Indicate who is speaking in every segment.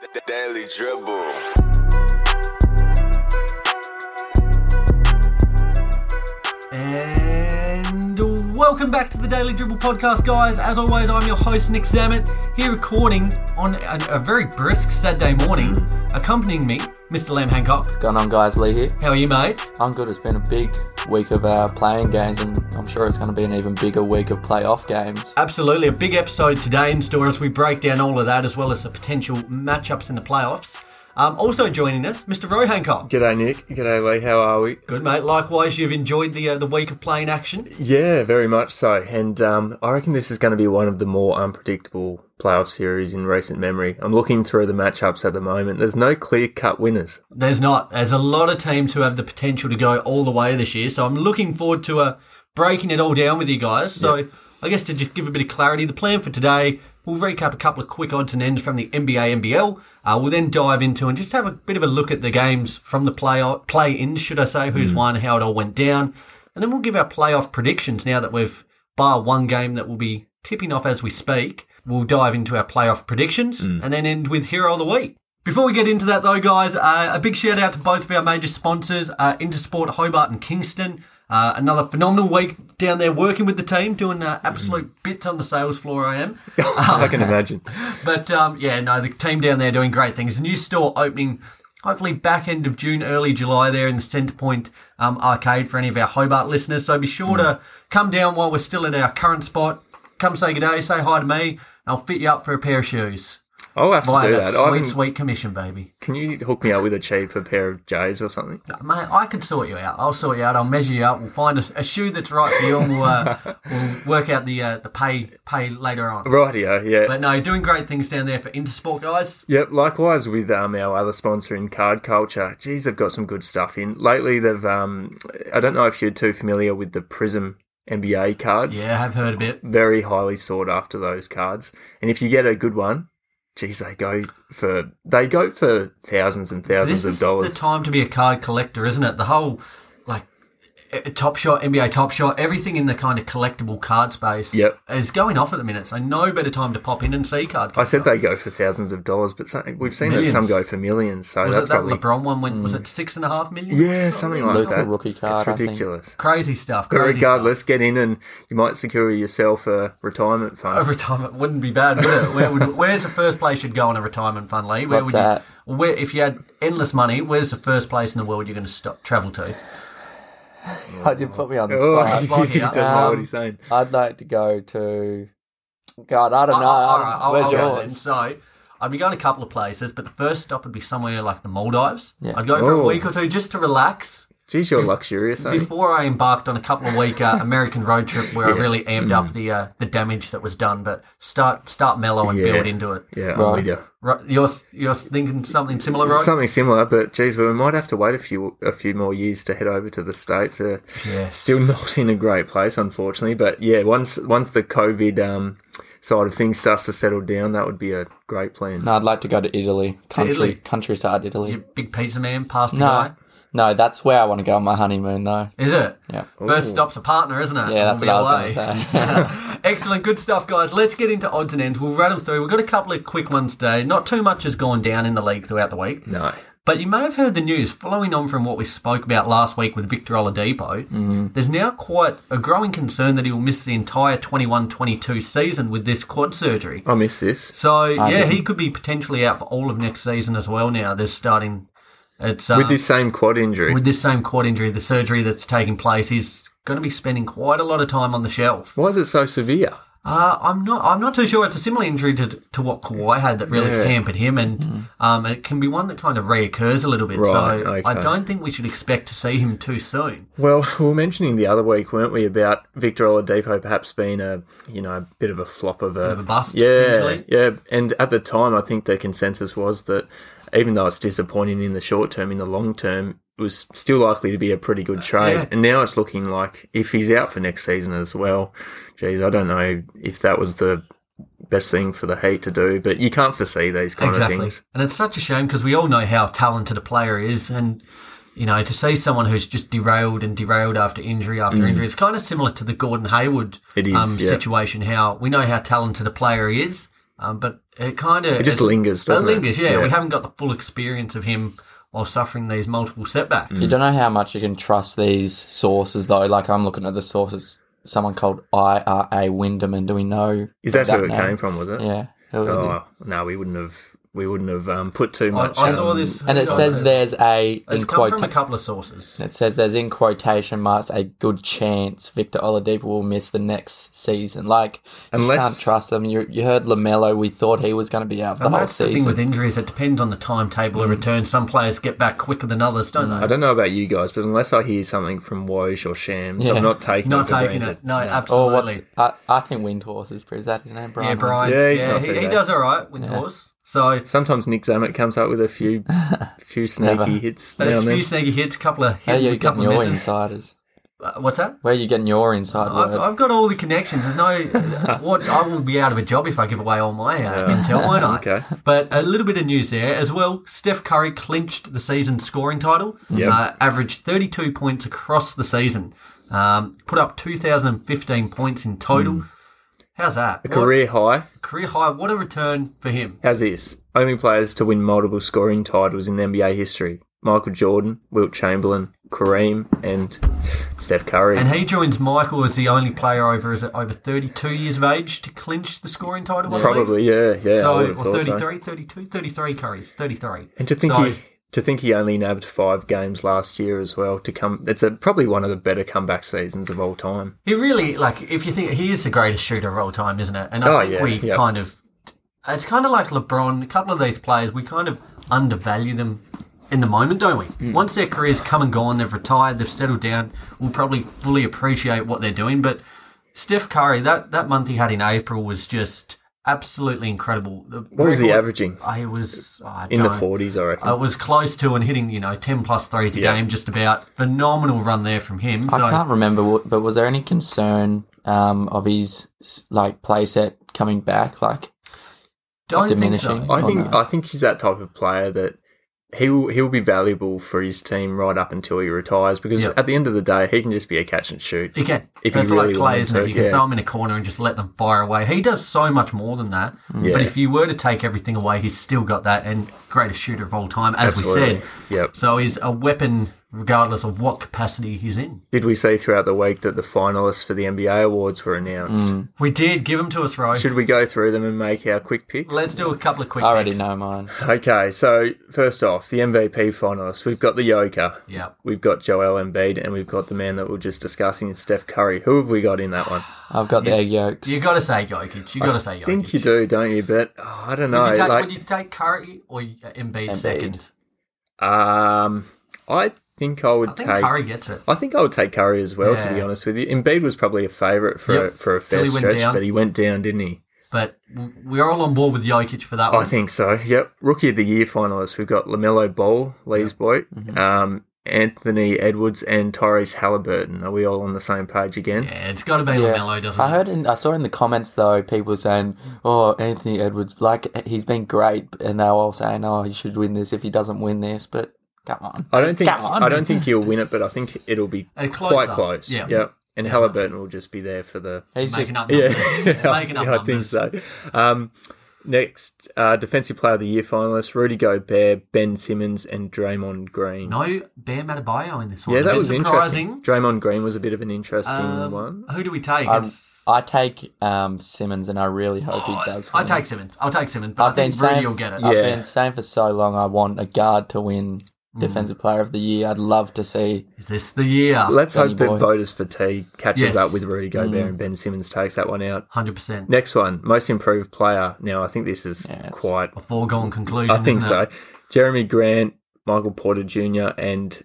Speaker 1: The Daily Dribble.
Speaker 2: And welcome back to the Daily Dribble podcast, guys. As always, I'm your host, Nick Zammit, here recording on a, a very brisk Saturday morning. Accompanying me, Mr. Lamb Hancock.
Speaker 3: going on, guys? Lee here.
Speaker 2: How are you, mate?
Speaker 3: I'm good. It's been a big week of uh, playing games, and I'm sure it's going to be an even bigger week of playoff games.
Speaker 2: Absolutely. A big episode today in store as we break down all of that, as well as the potential matchups in the playoffs. Um, also joining us, Mr. Roy Hancock.
Speaker 4: G'day, Nick. G'day, Lee. How are we?
Speaker 2: Good, mate. Likewise, you've enjoyed the uh, the week of playing action.
Speaker 4: Yeah, very much so. And um, I reckon this is going to be one of the more unpredictable playoff series in recent memory. I'm looking through the matchups at the moment. There's no clear cut winners.
Speaker 2: There's not. There's a lot of teams who have the potential to go all the way this year. So I'm looking forward to uh, breaking it all down with you guys. So I guess to just give a bit of clarity, the plan for today, we'll recap a couple of quick odds and ends from the NBA NBL. Uh, we'll then dive into and just have a bit of a look at the games from the play play in, should I say, who's won, how it all went down, and then we'll give our playoff predictions. Now that we've bar one game that will be tipping off as we speak, we'll dive into our playoff predictions and then end with hero of the week. Before we get into that, though, guys, uh, a big shout out to both of our major sponsors, uh, Intersport Hobart and Kingston. Uh, another phenomenal week down there working with the team, doing uh, absolute bits on the sales floor. I am.
Speaker 4: I can imagine.
Speaker 2: But um, yeah, no, the team down there doing great things. A new store opening hopefully back end of June, early July there in the Centre Point um, arcade for any of our Hobart listeners. So be sure to come down while we're still at our current spot. Come say good day, say hi to me. and I'll fit you up for a pair of shoes.
Speaker 4: I'll have to
Speaker 2: Buy
Speaker 4: do
Speaker 2: that
Speaker 4: that.
Speaker 2: sweet,
Speaker 4: I haven't-
Speaker 2: sweet commission, baby.
Speaker 4: can you hook me up with a cheaper pair of J's or something?
Speaker 2: Mate, I can sort you out. I'll sort you out. I'll measure you up. We'll find a, a shoe that's right for you, and we'll, uh, we'll work out the uh, the pay pay later on.
Speaker 4: Rightio, yeah.
Speaker 2: But no, doing great things down there for Intersport guys.
Speaker 4: Yep, likewise with um, our other sponsor in Card Culture. Geez, they've got some good stuff in. Lately, they've, um, I don't know if you're too familiar with the Prism NBA cards.
Speaker 2: Yeah, I've heard a bit.
Speaker 4: very highly sought after those cards. And if you get a good one, geez, they go for they go for thousands and thousands
Speaker 2: This
Speaker 4: of
Speaker 2: is
Speaker 4: dollars.
Speaker 2: the time to be a card collector, isn't it? The whole like eh, Top Shot, NBA Top Shot, everything in the kind of collectible card space
Speaker 4: Yep.
Speaker 2: is going off at the minute. So no better time to pop in and see card.
Speaker 4: I said they go for thousands of dollars, but some, we've seen that some
Speaker 2: Millions.
Speaker 4: go for millions. So
Speaker 2: was
Speaker 4: that's
Speaker 2: it that
Speaker 4: probably Mm.
Speaker 2: LeBron one? Went, Was it six and a half million?
Speaker 4: yeah, something like
Speaker 3: Luke, a
Speaker 4: that.
Speaker 3: rookie card,
Speaker 4: It's
Speaker 3: I think.
Speaker 4: ridiculous.
Speaker 2: Crazy stuff.
Speaker 4: But
Speaker 2: Crazy
Speaker 4: regardless, get in and you might secure yourself a retirement fund.
Speaker 2: stuff. A retirement wouldn't be bad, would it? Where would, where's the first place you'd go on a retirement fund, Lee? Where
Speaker 3: What's
Speaker 2: would
Speaker 3: that?
Speaker 2: you? Where, if you had endless money, where's the first place in the world you're going to stop travel to?
Speaker 3: How'd you put me on the
Speaker 4: Oh,
Speaker 3: spot?
Speaker 2: spot
Speaker 4: you
Speaker 2: here.
Speaker 4: don't know
Speaker 3: Um,
Speaker 4: what he's saying.
Speaker 3: I'd like to go to. God, I
Speaker 4: Oh,
Speaker 3: don't know.
Speaker 2: All right,
Speaker 3: I'm-
Speaker 2: I'll, I'll
Speaker 3: where's
Speaker 2: go then.
Speaker 3: yours?
Speaker 2: So I'd be going a couple of places, but the first stop would be somewhere like the Maldives.
Speaker 3: Yeah.
Speaker 2: I'd go for a
Speaker 4: Ooh.
Speaker 2: week or two just to relax
Speaker 4: Geez, you're luxurious. eh?
Speaker 2: before I embarked on a couple of week uh, American road trip where I really amped up the uh, the damage that was done. But start start mellow and
Speaker 4: Yeah.
Speaker 2: build into it.
Speaker 4: Yeah, I'm
Speaker 3: Right.
Speaker 4: with you.
Speaker 2: Right, you're you're thinking something similar, right?
Speaker 4: Something similar, but geez, we might have to wait a few a few more years to head over to the states. Uh,
Speaker 2: yes.
Speaker 4: Still not in a great place, unfortunately. But yeah, once once the COVID um, side of things starts to settle down, that would be a great plan.
Speaker 3: No, I'd like to go to Italy, country,
Speaker 2: Italy?
Speaker 3: countryside Italy.
Speaker 2: You big pizza man, pasta guy.
Speaker 3: no, no, that's where I want to go on my honeymoon, though.
Speaker 2: Is it?
Speaker 3: Yeah.
Speaker 2: First stop's a partner, isn't it?
Speaker 3: Yeah, that's
Speaker 2: We'll
Speaker 3: what I
Speaker 2: be
Speaker 3: was
Speaker 2: away.
Speaker 3: going to say.
Speaker 2: Excellent, good stuff, guys. Let's get into odds and ends. We'll rattle through. We've got a couple of quick ones today. Not too much has gone down in the league throughout the week,
Speaker 4: No.
Speaker 2: but you may have heard the news following on from what we spoke about last week with Victor Oladipo.
Speaker 4: Mm-hmm.
Speaker 2: There's now quite a growing concern that he will miss the entire 21-22 season with this quad surgery.
Speaker 4: I miss this.
Speaker 2: So yeah, he could be potentially out for all of next season as well. Now there's starting. It's uh,
Speaker 4: With this same quad injury.
Speaker 2: with this same quad injury, the surgery that's taking place, he's going to be spending quite a lot of time on the shelf.
Speaker 4: Why is it so severe?
Speaker 2: Uh, I'm not. I'm not too sure. It's a similar injury to, to what Kawhi had that really
Speaker 4: Yeah. Mm-hmm.
Speaker 2: hampered him, and um, it can be one that kind of reoccurs a little bit.
Speaker 4: Right,
Speaker 2: so I
Speaker 4: okay.
Speaker 2: don't think we should expect to see him too soon.
Speaker 4: Well, we were mentioning the other week, weren't we, about Victor Oladipo perhaps being a you know a bit of a flop of a,
Speaker 2: of a bust,
Speaker 4: Yeah,
Speaker 2: potentially.
Speaker 4: yeah. And at the time, I think the consensus was that even though it's disappointing in the short term, in the long term, it was still likely to be a pretty good trade.
Speaker 2: Uh, yeah.
Speaker 4: And now it's looking like if he's out for next season as well, geez, I don't know if that was the best thing for the Heat to do, but you can't foresee these kind of
Speaker 2: Exactly,
Speaker 4: things.
Speaker 2: and it's such a shame because we all know how talented a player is, and you know to see someone who's just derailed and derailed after injury after injury. It's kind of similar to the Gordon Hayward
Speaker 4: Mm. It is,
Speaker 2: um,
Speaker 4: yeah.
Speaker 2: situation. How we know how talented a player he is, um, but It kind of
Speaker 4: It just lingers,
Speaker 2: It
Speaker 4: doesn't it?
Speaker 2: lingers. Yeah,
Speaker 4: Yeah.
Speaker 2: we haven't got the full experience of him while suffering these multiple setbacks.
Speaker 3: You don't know how much you can trust these sources, though. Like, I'm looking at the sources, someone called IRA Wyndham, and do we know?
Speaker 4: Is that, who it
Speaker 3: name?
Speaker 4: came from? Was it?
Speaker 3: Yeah. Who is it?
Speaker 4: Oh no, we wouldn't have. We wouldn't have um, put too
Speaker 2: I,
Speaker 4: much.
Speaker 2: I
Speaker 4: um,
Speaker 2: saw this, uh,
Speaker 3: And it says there's a,
Speaker 2: it's
Speaker 3: in
Speaker 2: come
Speaker 3: quote,
Speaker 2: from a couple of sources.
Speaker 3: it says there's in quotation marks a good chance Victor Oladipo will miss the next season. Like, you just
Speaker 4: Unless-
Speaker 3: can't trust them. You, you heard LaMelo, we thought he was going to be out for the
Speaker 2: And
Speaker 3: whole
Speaker 2: that's the thing
Speaker 3: season.
Speaker 2: with injuries; it depends on the timetable of return. Some players get back quicker than others, don't
Speaker 4: I
Speaker 2: they?
Speaker 4: don't know about you guys, but unless I hear something from Woj or Shams,
Speaker 3: Yeah.
Speaker 4: I'm not taking
Speaker 2: Not
Speaker 4: it for
Speaker 2: taking
Speaker 4: granted.
Speaker 2: it. No,
Speaker 3: Or
Speaker 2: absolutely.
Speaker 3: Oh, what's, Oh, I, I think Windhorse is pretty. Is that his name, Brian?
Speaker 2: yeah, Brian.
Speaker 4: Yeah, he's not
Speaker 2: he,
Speaker 4: too
Speaker 2: he
Speaker 4: bad.
Speaker 2: does all right with horse. So
Speaker 4: Sometimes Nick Zammit comes up with a few, few
Speaker 3: Never.
Speaker 4: sneaky hits now
Speaker 2: there's a
Speaker 4: and
Speaker 2: few
Speaker 4: then.
Speaker 2: sneaky hits, couple of
Speaker 3: How are
Speaker 2: hit,
Speaker 3: you getting
Speaker 2: couple of
Speaker 3: your
Speaker 2: misses.
Speaker 3: insiders?
Speaker 2: Uh, what's that?
Speaker 3: Where are you getting your inside
Speaker 2: I've,
Speaker 3: word?
Speaker 2: I've got all the connections. There's no what I will be out of a job if I give away all my uh, intel, won't I?
Speaker 4: Okay.
Speaker 2: But a little bit of news there as well. Steph Curry clinched the season scoring title.
Speaker 4: Yep.
Speaker 2: Uh, averaged 32 points across the season. Um, put up 2,015 points in total. How's that?
Speaker 4: Hmm. A career high.
Speaker 2: What- career high. What a return for him.
Speaker 4: How's this? Only players to win multiple scoring titles in NBA history: Michael Jordan, Wilt Chamberlain, Kareem, and Steph Curry.
Speaker 2: And he joins Michael as the only player over is it over 32 years of age to clinch the scoring title. I believe.
Speaker 4: Probably, yeah, yeah. I
Speaker 2: So,
Speaker 4: would have
Speaker 2: or
Speaker 4: thought so.
Speaker 2: 33, 32, 33 Curry's, 33.
Speaker 4: And to think
Speaker 2: So-
Speaker 4: he to think he only nabbed five games last year as well. To come, it's a, probably one of the better comeback seasons of all time.
Speaker 2: He really like if you think he is the greatest shooter of all time, isn't it? And I
Speaker 4: Oh,
Speaker 2: think
Speaker 4: yeah,
Speaker 2: we
Speaker 4: yeah.
Speaker 2: kind of it's kind of like LeBron. A couple of these players, we kind of undervalue them in the moment, don't we?
Speaker 4: Hmm.
Speaker 2: Once their careers come and gone, they've retired, they've settled down. We'll probably fully appreciate what they're doing. But Steph Curry, that that month he had in April was just absolutely incredible.
Speaker 4: What was he averaging?
Speaker 2: I was I
Speaker 4: In the
Speaker 2: don't-
Speaker 4: forties, I reckon.
Speaker 2: I was close to and hitting, you know, ten plus threes a
Speaker 4: Yeah.
Speaker 2: game, just about. Phenomenal run there from him.
Speaker 3: I
Speaker 2: so
Speaker 3: can't remember, what, but was there any concern um, of his s- like play set coming back? Like,
Speaker 2: don't think so.
Speaker 3: diminishing.
Speaker 4: I think
Speaker 3: no.
Speaker 4: I think he's that type of player that he'll he'll be valuable for his team right up until he retires because
Speaker 2: Yeah.
Speaker 4: at the end of the day he can just be a catch and shoot.
Speaker 2: You can.
Speaker 4: If you
Speaker 2: That's
Speaker 4: really
Speaker 2: like
Speaker 4: wanted
Speaker 2: Clay, isn't it?
Speaker 4: to,
Speaker 2: You can
Speaker 4: yeah.
Speaker 2: throw him in a corner and just let them fire away. He does so much more than that.
Speaker 4: Yeah.
Speaker 2: But if you were to take everything away, he's still got that and greatest shooter of all time, as we said.
Speaker 4: Yep.
Speaker 2: So he's a weapon regardless of what capacity he's in.
Speaker 4: Did we see throughout the week that the finalists for the NBA awards were announced?
Speaker 2: We did give him to us, Roy.
Speaker 4: Should we go through them and make our quick picks?
Speaker 2: Let's do a couple of quick
Speaker 3: I already
Speaker 2: picks.
Speaker 3: know mine.
Speaker 4: Okay, so first off, the MVP finalists. We've got the Joker.
Speaker 2: Yeah.
Speaker 4: We've got Joel Embiid, and we've got the man that we are just discussing, Steph Curry. Who have we got in that one?
Speaker 3: I've got the egg yolks.
Speaker 2: you got to say Jokic. you got to say Jokic.
Speaker 4: I think you do, don't you? But oh, I don't know.
Speaker 2: would, you take,
Speaker 4: like,
Speaker 2: would you take Curry or Embiid,
Speaker 3: Embiid.
Speaker 2: second?
Speaker 4: um, I think I would
Speaker 2: I think
Speaker 4: take.
Speaker 2: Curry gets it.
Speaker 4: I think I would take Curry as well. To be
Speaker 2: Yeah.
Speaker 4: honest with you, Embiid was probably a favourite for a,
Speaker 2: Yep.
Speaker 4: for a
Speaker 2: Till
Speaker 4: fair
Speaker 2: he went
Speaker 4: stretch,
Speaker 2: down.
Speaker 4: but he went down, didn't he?
Speaker 2: But w- we're all on board with Jokic for that
Speaker 4: I
Speaker 2: one.
Speaker 4: think so. Yep. Rookie of the Year finalists. We've got Lamelo Ball, Lee's boy,
Speaker 2: Mm-hmm.
Speaker 4: um, Anthony Edwards, and Tyrese Halliburton. Are we all on the same page again?
Speaker 2: Yeah, it's got to be LaMelo, doesn't
Speaker 3: I
Speaker 2: it?
Speaker 3: heard in I saw in the comments though people saying, "Oh, Anthony Edwards, like he's been great," and they were all saying, "Oh, he should win this if he doesn't win this." But come on,
Speaker 4: I don't think
Speaker 3: Come on.
Speaker 4: I don't think he'll win it, but I think it'll be
Speaker 2: A close
Speaker 4: quite
Speaker 2: up.
Speaker 4: close.
Speaker 2: Yeah.
Speaker 4: Yep. And Halliburton will just be there for the
Speaker 3: he's just
Speaker 2: Making up
Speaker 4: yeah.
Speaker 2: numbers. Making up
Speaker 4: I think
Speaker 2: numbers.
Speaker 4: so. Um, next, uh, defensive player of the year finalists: Rudy Gobert, Ben Simmons, and Draymond Green.
Speaker 2: No Bam Adebayo in this one.
Speaker 4: yeah,
Speaker 2: A
Speaker 4: that
Speaker 2: bit
Speaker 4: was
Speaker 2: surprising.
Speaker 4: interesting. Draymond Green was a bit of an interesting
Speaker 2: Um,
Speaker 4: one.
Speaker 2: Who do we take?
Speaker 4: Um,
Speaker 3: I,
Speaker 2: It's-
Speaker 3: I take um, Simmons, and I really hope
Speaker 2: I-
Speaker 3: he does.
Speaker 2: Oh, I
Speaker 3: win.
Speaker 2: take Simmons. I'll take Simmons, but i
Speaker 3: I've been
Speaker 2: think Rudy
Speaker 3: saying
Speaker 2: will get it.
Speaker 3: I've
Speaker 4: Yeah.
Speaker 3: been saying for so long I want a guard to win
Speaker 2: Mm.
Speaker 3: Defensive Player of the Year. I'd love to see.
Speaker 2: Is this the year?
Speaker 4: Let's
Speaker 3: Benny
Speaker 4: hope that
Speaker 3: boy.
Speaker 4: voters' fatigue catches
Speaker 2: uh, Yes. Mm.
Speaker 4: up with Rudy Gobert and Ben Simmons takes that one out.
Speaker 2: Hundred percent.
Speaker 4: Next one, most improved player. Now, I think this is
Speaker 3: Yeah, it's-
Speaker 4: quite.
Speaker 2: A foregone conclusion.
Speaker 4: I think
Speaker 2: isn't
Speaker 4: so.
Speaker 2: it?
Speaker 4: Jeremy Grant, Michael Porter Jr., and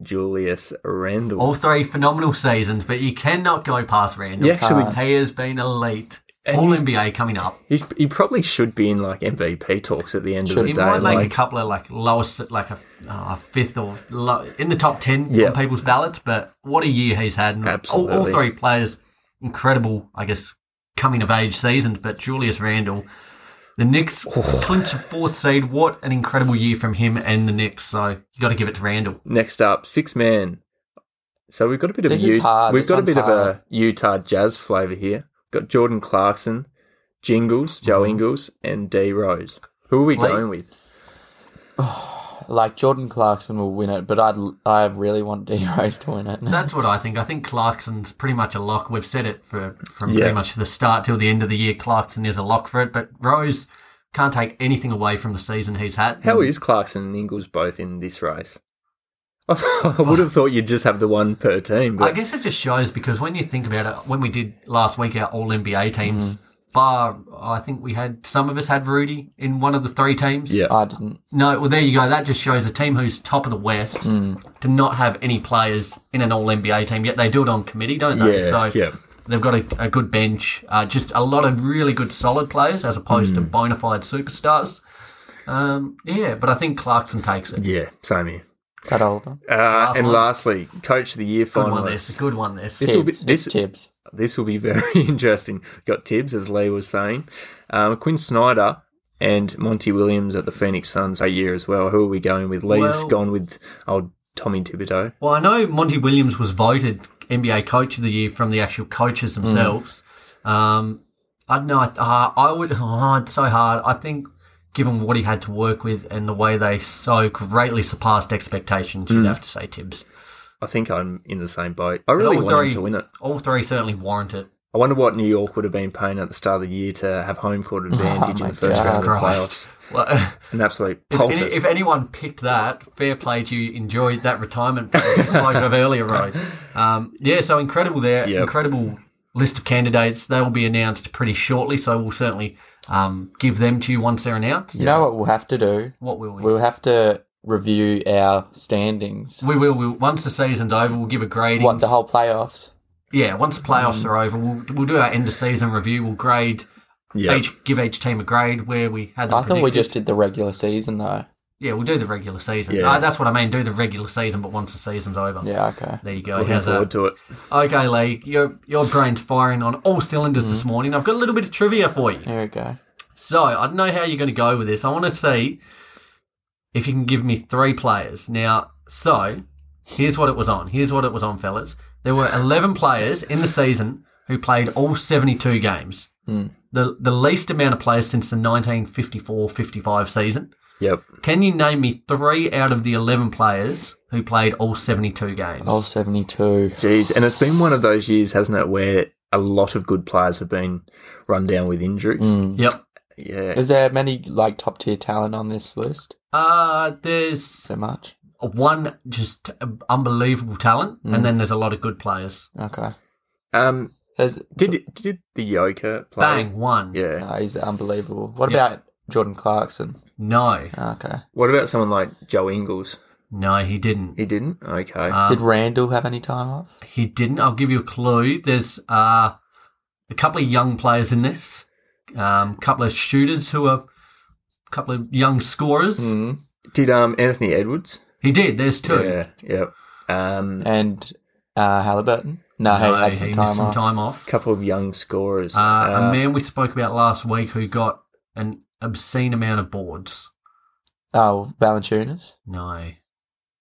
Speaker 4: Julius Randle.
Speaker 2: All three phenomenal seasons, but you cannot go past Randall.
Speaker 4: He actually,
Speaker 2: He has been elite.
Speaker 4: And
Speaker 2: All
Speaker 4: he's-
Speaker 2: NBA coming up.
Speaker 4: he's, he probably should be in like MVP talks at the end of
Speaker 3: Should
Speaker 4: the
Speaker 2: He
Speaker 4: day.
Speaker 2: might make
Speaker 4: like-
Speaker 2: a couple of like lowest, like a, uh, a fifth or low, in the top ten
Speaker 4: Yeah.
Speaker 2: on people's ballots. But what a year he's had! And all- All,
Speaker 4: Absolutely.
Speaker 2: three players, incredible, I guess, coming of age seasons. But Julius Randle, the Knicks
Speaker 4: Oh.
Speaker 2: clinch a fourth seed. What an incredible year from him and the Knicks. So you got to give it to Randle.
Speaker 4: Next up, six man. So we've got a bit of
Speaker 3: This
Speaker 4: a
Speaker 3: is
Speaker 4: U-
Speaker 3: hard.
Speaker 4: we've
Speaker 3: This
Speaker 4: got a
Speaker 3: one's
Speaker 4: bit of
Speaker 3: hard.
Speaker 4: a Utah Jazz flavour here. Got Jordan Clarkson, Jingles, Joe Ingles, and D Rose. Who are we
Speaker 2: Mm-hmm. Wait.
Speaker 4: going with?
Speaker 3: Like Jordan Clarkson will win it, but I'd I really want D Rose to win it.
Speaker 2: That's what I think. I think Clarkson's pretty much a lock. We've said it for from
Speaker 4: Yeah.
Speaker 2: pretty much the start till the end of the year. Clarkson is a lock for it, but Rose can't take anything away from the season he's had.
Speaker 4: How is Clarkson and Ingles both in this race? I would have thought you'd just have the one per team,
Speaker 2: Oh. I
Speaker 4: but
Speaker 2: guess it just shows because when you think about it, when we did last week our All NBA
Speaker 4: Mm.
Speaker 2: teams, far I think we had some of us had Rudy in one of the three teams.
Speaker 4: Yeah.
Speaker 3: I didn't.
Speaker 2: No, well there you go. That just shows a team who's top of the West
Speaker 4: Mm.
Speaker 2: to not have any players in an All NBA team yet they do it on committee, don't they?
Speaker 4: Yeah,
Speaker 2: so
Speaker 4: yeah.
Speaker 2: they've got a, a good bench, uh, just a lot of really good solid players as opposed to
Speaker 4: Mm.
Speaker 2: bona fide superstars. Um, yeah, but I think Clarkson takes it.
Speaker 4: yeah, same here.
Speaker 3: Is that all of them?
Speaker 4: Uh, and
Speaker 2: one.
Speaker 4: lastly, coach of the year
Speaker 2: Good one, this.
Speaker 4: finalists.
Speaker 2: Good one, this.
Speaker 4: This will be-
Speaker 3: Tibbs.
Speaker 4: this-
Speaker 3: It's Tibbs.
Speaker 4: This will be very interesting. Got Tibbs, as Lee was saying, um, Quinn Snyder, and Monty Williams at the Phoenix Suns that year as well. Who are we going with? Lee's
Speaker 2: Well-
Speaker 4: gone with old Tommy Thibodeau.
Speaker 2: Well, I know Monty Williams was voted NBA Coach of the Year from the actual coaches
Speaker 4: Mm.
Speaker 2: themselves. Um, I don't know. I, uh, I would. Oh, it's so hard. I think, given what he had to work with and the way they so greatly surpassed expectations,
Speaker 4: Mm.
Speaker 2: you'd have to say Tibbs.
Speaker 4: I think I'm in the same boat. I
Speaker 2: But
Speaker 4: really
Speaker 2: all
Speaker 4: want him
Speaker 2: three,
Speaker 4: to win it.
Speaker 2: all three certainly warrant it.
Speaker 4: I wonder what New York would have been paying at the start of the year to have home court advantage in
Speaker 3: Oh my
Speaker 4: the first
Speaker 3: God.
Speaker 4: round of the
Speaker 2: Christ.
Speaker 4: playoffs.
Speaker 2: Well,
Speaker 4: An absolute
Speaker 2: if, any,
Speaker 4: poultice.
Speaker 2: if anyone picked that, fair play to you. Enjoyed that retirement plan we spoke of earlier, right? Um, yeah, so incredible there.
Speaker 4: Yep.
Speaker 2: Incredible list of candidates. They will be announced pretty shortly, so we'll certainly um, give them to you once they're announced.
Speaker 3: You know what we'll have to do?
Speaker 2: What will we?
Speaker 3: We'll have to review our standings.
Speaker 2: We will. We'll, once the season's over, we'll give a grading.
Speaker 3: What the whole Mm. playoffs?
Speaker 2: Yeah, once the playoffs are over, we'll, we'll do our end of season review. We'll grade
Speaker 4: yeah.
Speaker 2: each, give each team a grade where we had. Them
Speaker 3: I thought we
Speaker 2: predicted.
Speaker 3: just did the regular season though.
Speaker 2: Yeah, we'll do the regular season.
Speaker 4: Yeah.
Speaker 2: Uh, that's what I mean. Do the regular season, but once the season's over.
Speaker 3: Yeah, okay.
Speaker 2: There you go.
Speaker 4: Looking
Speaker 2: How's
Speaker 4: forward
Speaker 2: that?
Speaker 4: to it.
Speaker 2: Okay, Lee, your your brain's firing on all cylinders this morning. I've got a little bit of trivia for you.
Speaker 3: Here we go.
Speaker 2: So I don't know how you're going to go with this. I want to see if you can give me three players. Now, so here's what it was on. Here's what it was on, fellas. There were 11 players in the season who played all 72 games. The the least amount of players since the 1954-55 season.
Speaker 4: Yep.
Speaker 2: Can you name me three out of the 11 players who played all 72 games?
Speaker 3: All 72.
Speaker 4: Jeez. And it's been one of those years, hasn't it, where a lot of good players have been run down with injuries.
Speaker 3: Mm.
Speaker 2: Yep.
Speaker 4: Yeah.
Speaker 3: Hmm. Is there many like top tier talent on this list?
Speaker 2: Uh, there's
Speaker 3: So much.
Speaker 2: one just unbelievable talent,
Speaker 4: Mm.
Speaker 2: and then there's a lot of good players.
Speaker 3: Okay.
Speaker 4: Um,
Speaker 3: Has
Speaker 4: did did the Joker play?
Speaker 2: Bang, one.
Speaker 4: Yeah.
Speaker 3: no, he's unbelievable. What
Speaker 2: Yeah.
Speaker 3: about Jordan Clarkson? Ah,
Speaker 2: No,
Speaker 3: Okay.
Speaker 4: What about someone like Joe Ingles?
Speaker 2: no, he didn't. Um,
Speaker 4: He didn't. Okay.
Speaker 2: Uh,
Speaker 3: Did Randall have any time off?
Speaker 2: He didn't. I'll give you a clue. There's uh, a couple of young players in this, um, couple of shooters who are, couple of young scorers.
Speaker 4: Mm.
Speaker 3: Hmm.
Speaker 4: did um Anthony Edwards?
Speaker 2: He did. There's two.
Speaker 4: Yeah. Yep. Um,
Speaker 3: And uh, Halliburton?
Speaker 2: No,
Speaker 3: No, he had
Speaker 2: he
Speaker 3: some
Speaker 2: missed
Speaker 3: time
Speaker 2: some
Speaker 3: off.
Speaker 2: time off.
Speaker 4: a couple of young scorers.
Speaker 2: Uh,
Speaker 4: Uh,
Speaker 2: a man we spoke about last week who got an obscene amount of boards.
Speaker 3: Oh, Valanciunas?
Speaker 2: No,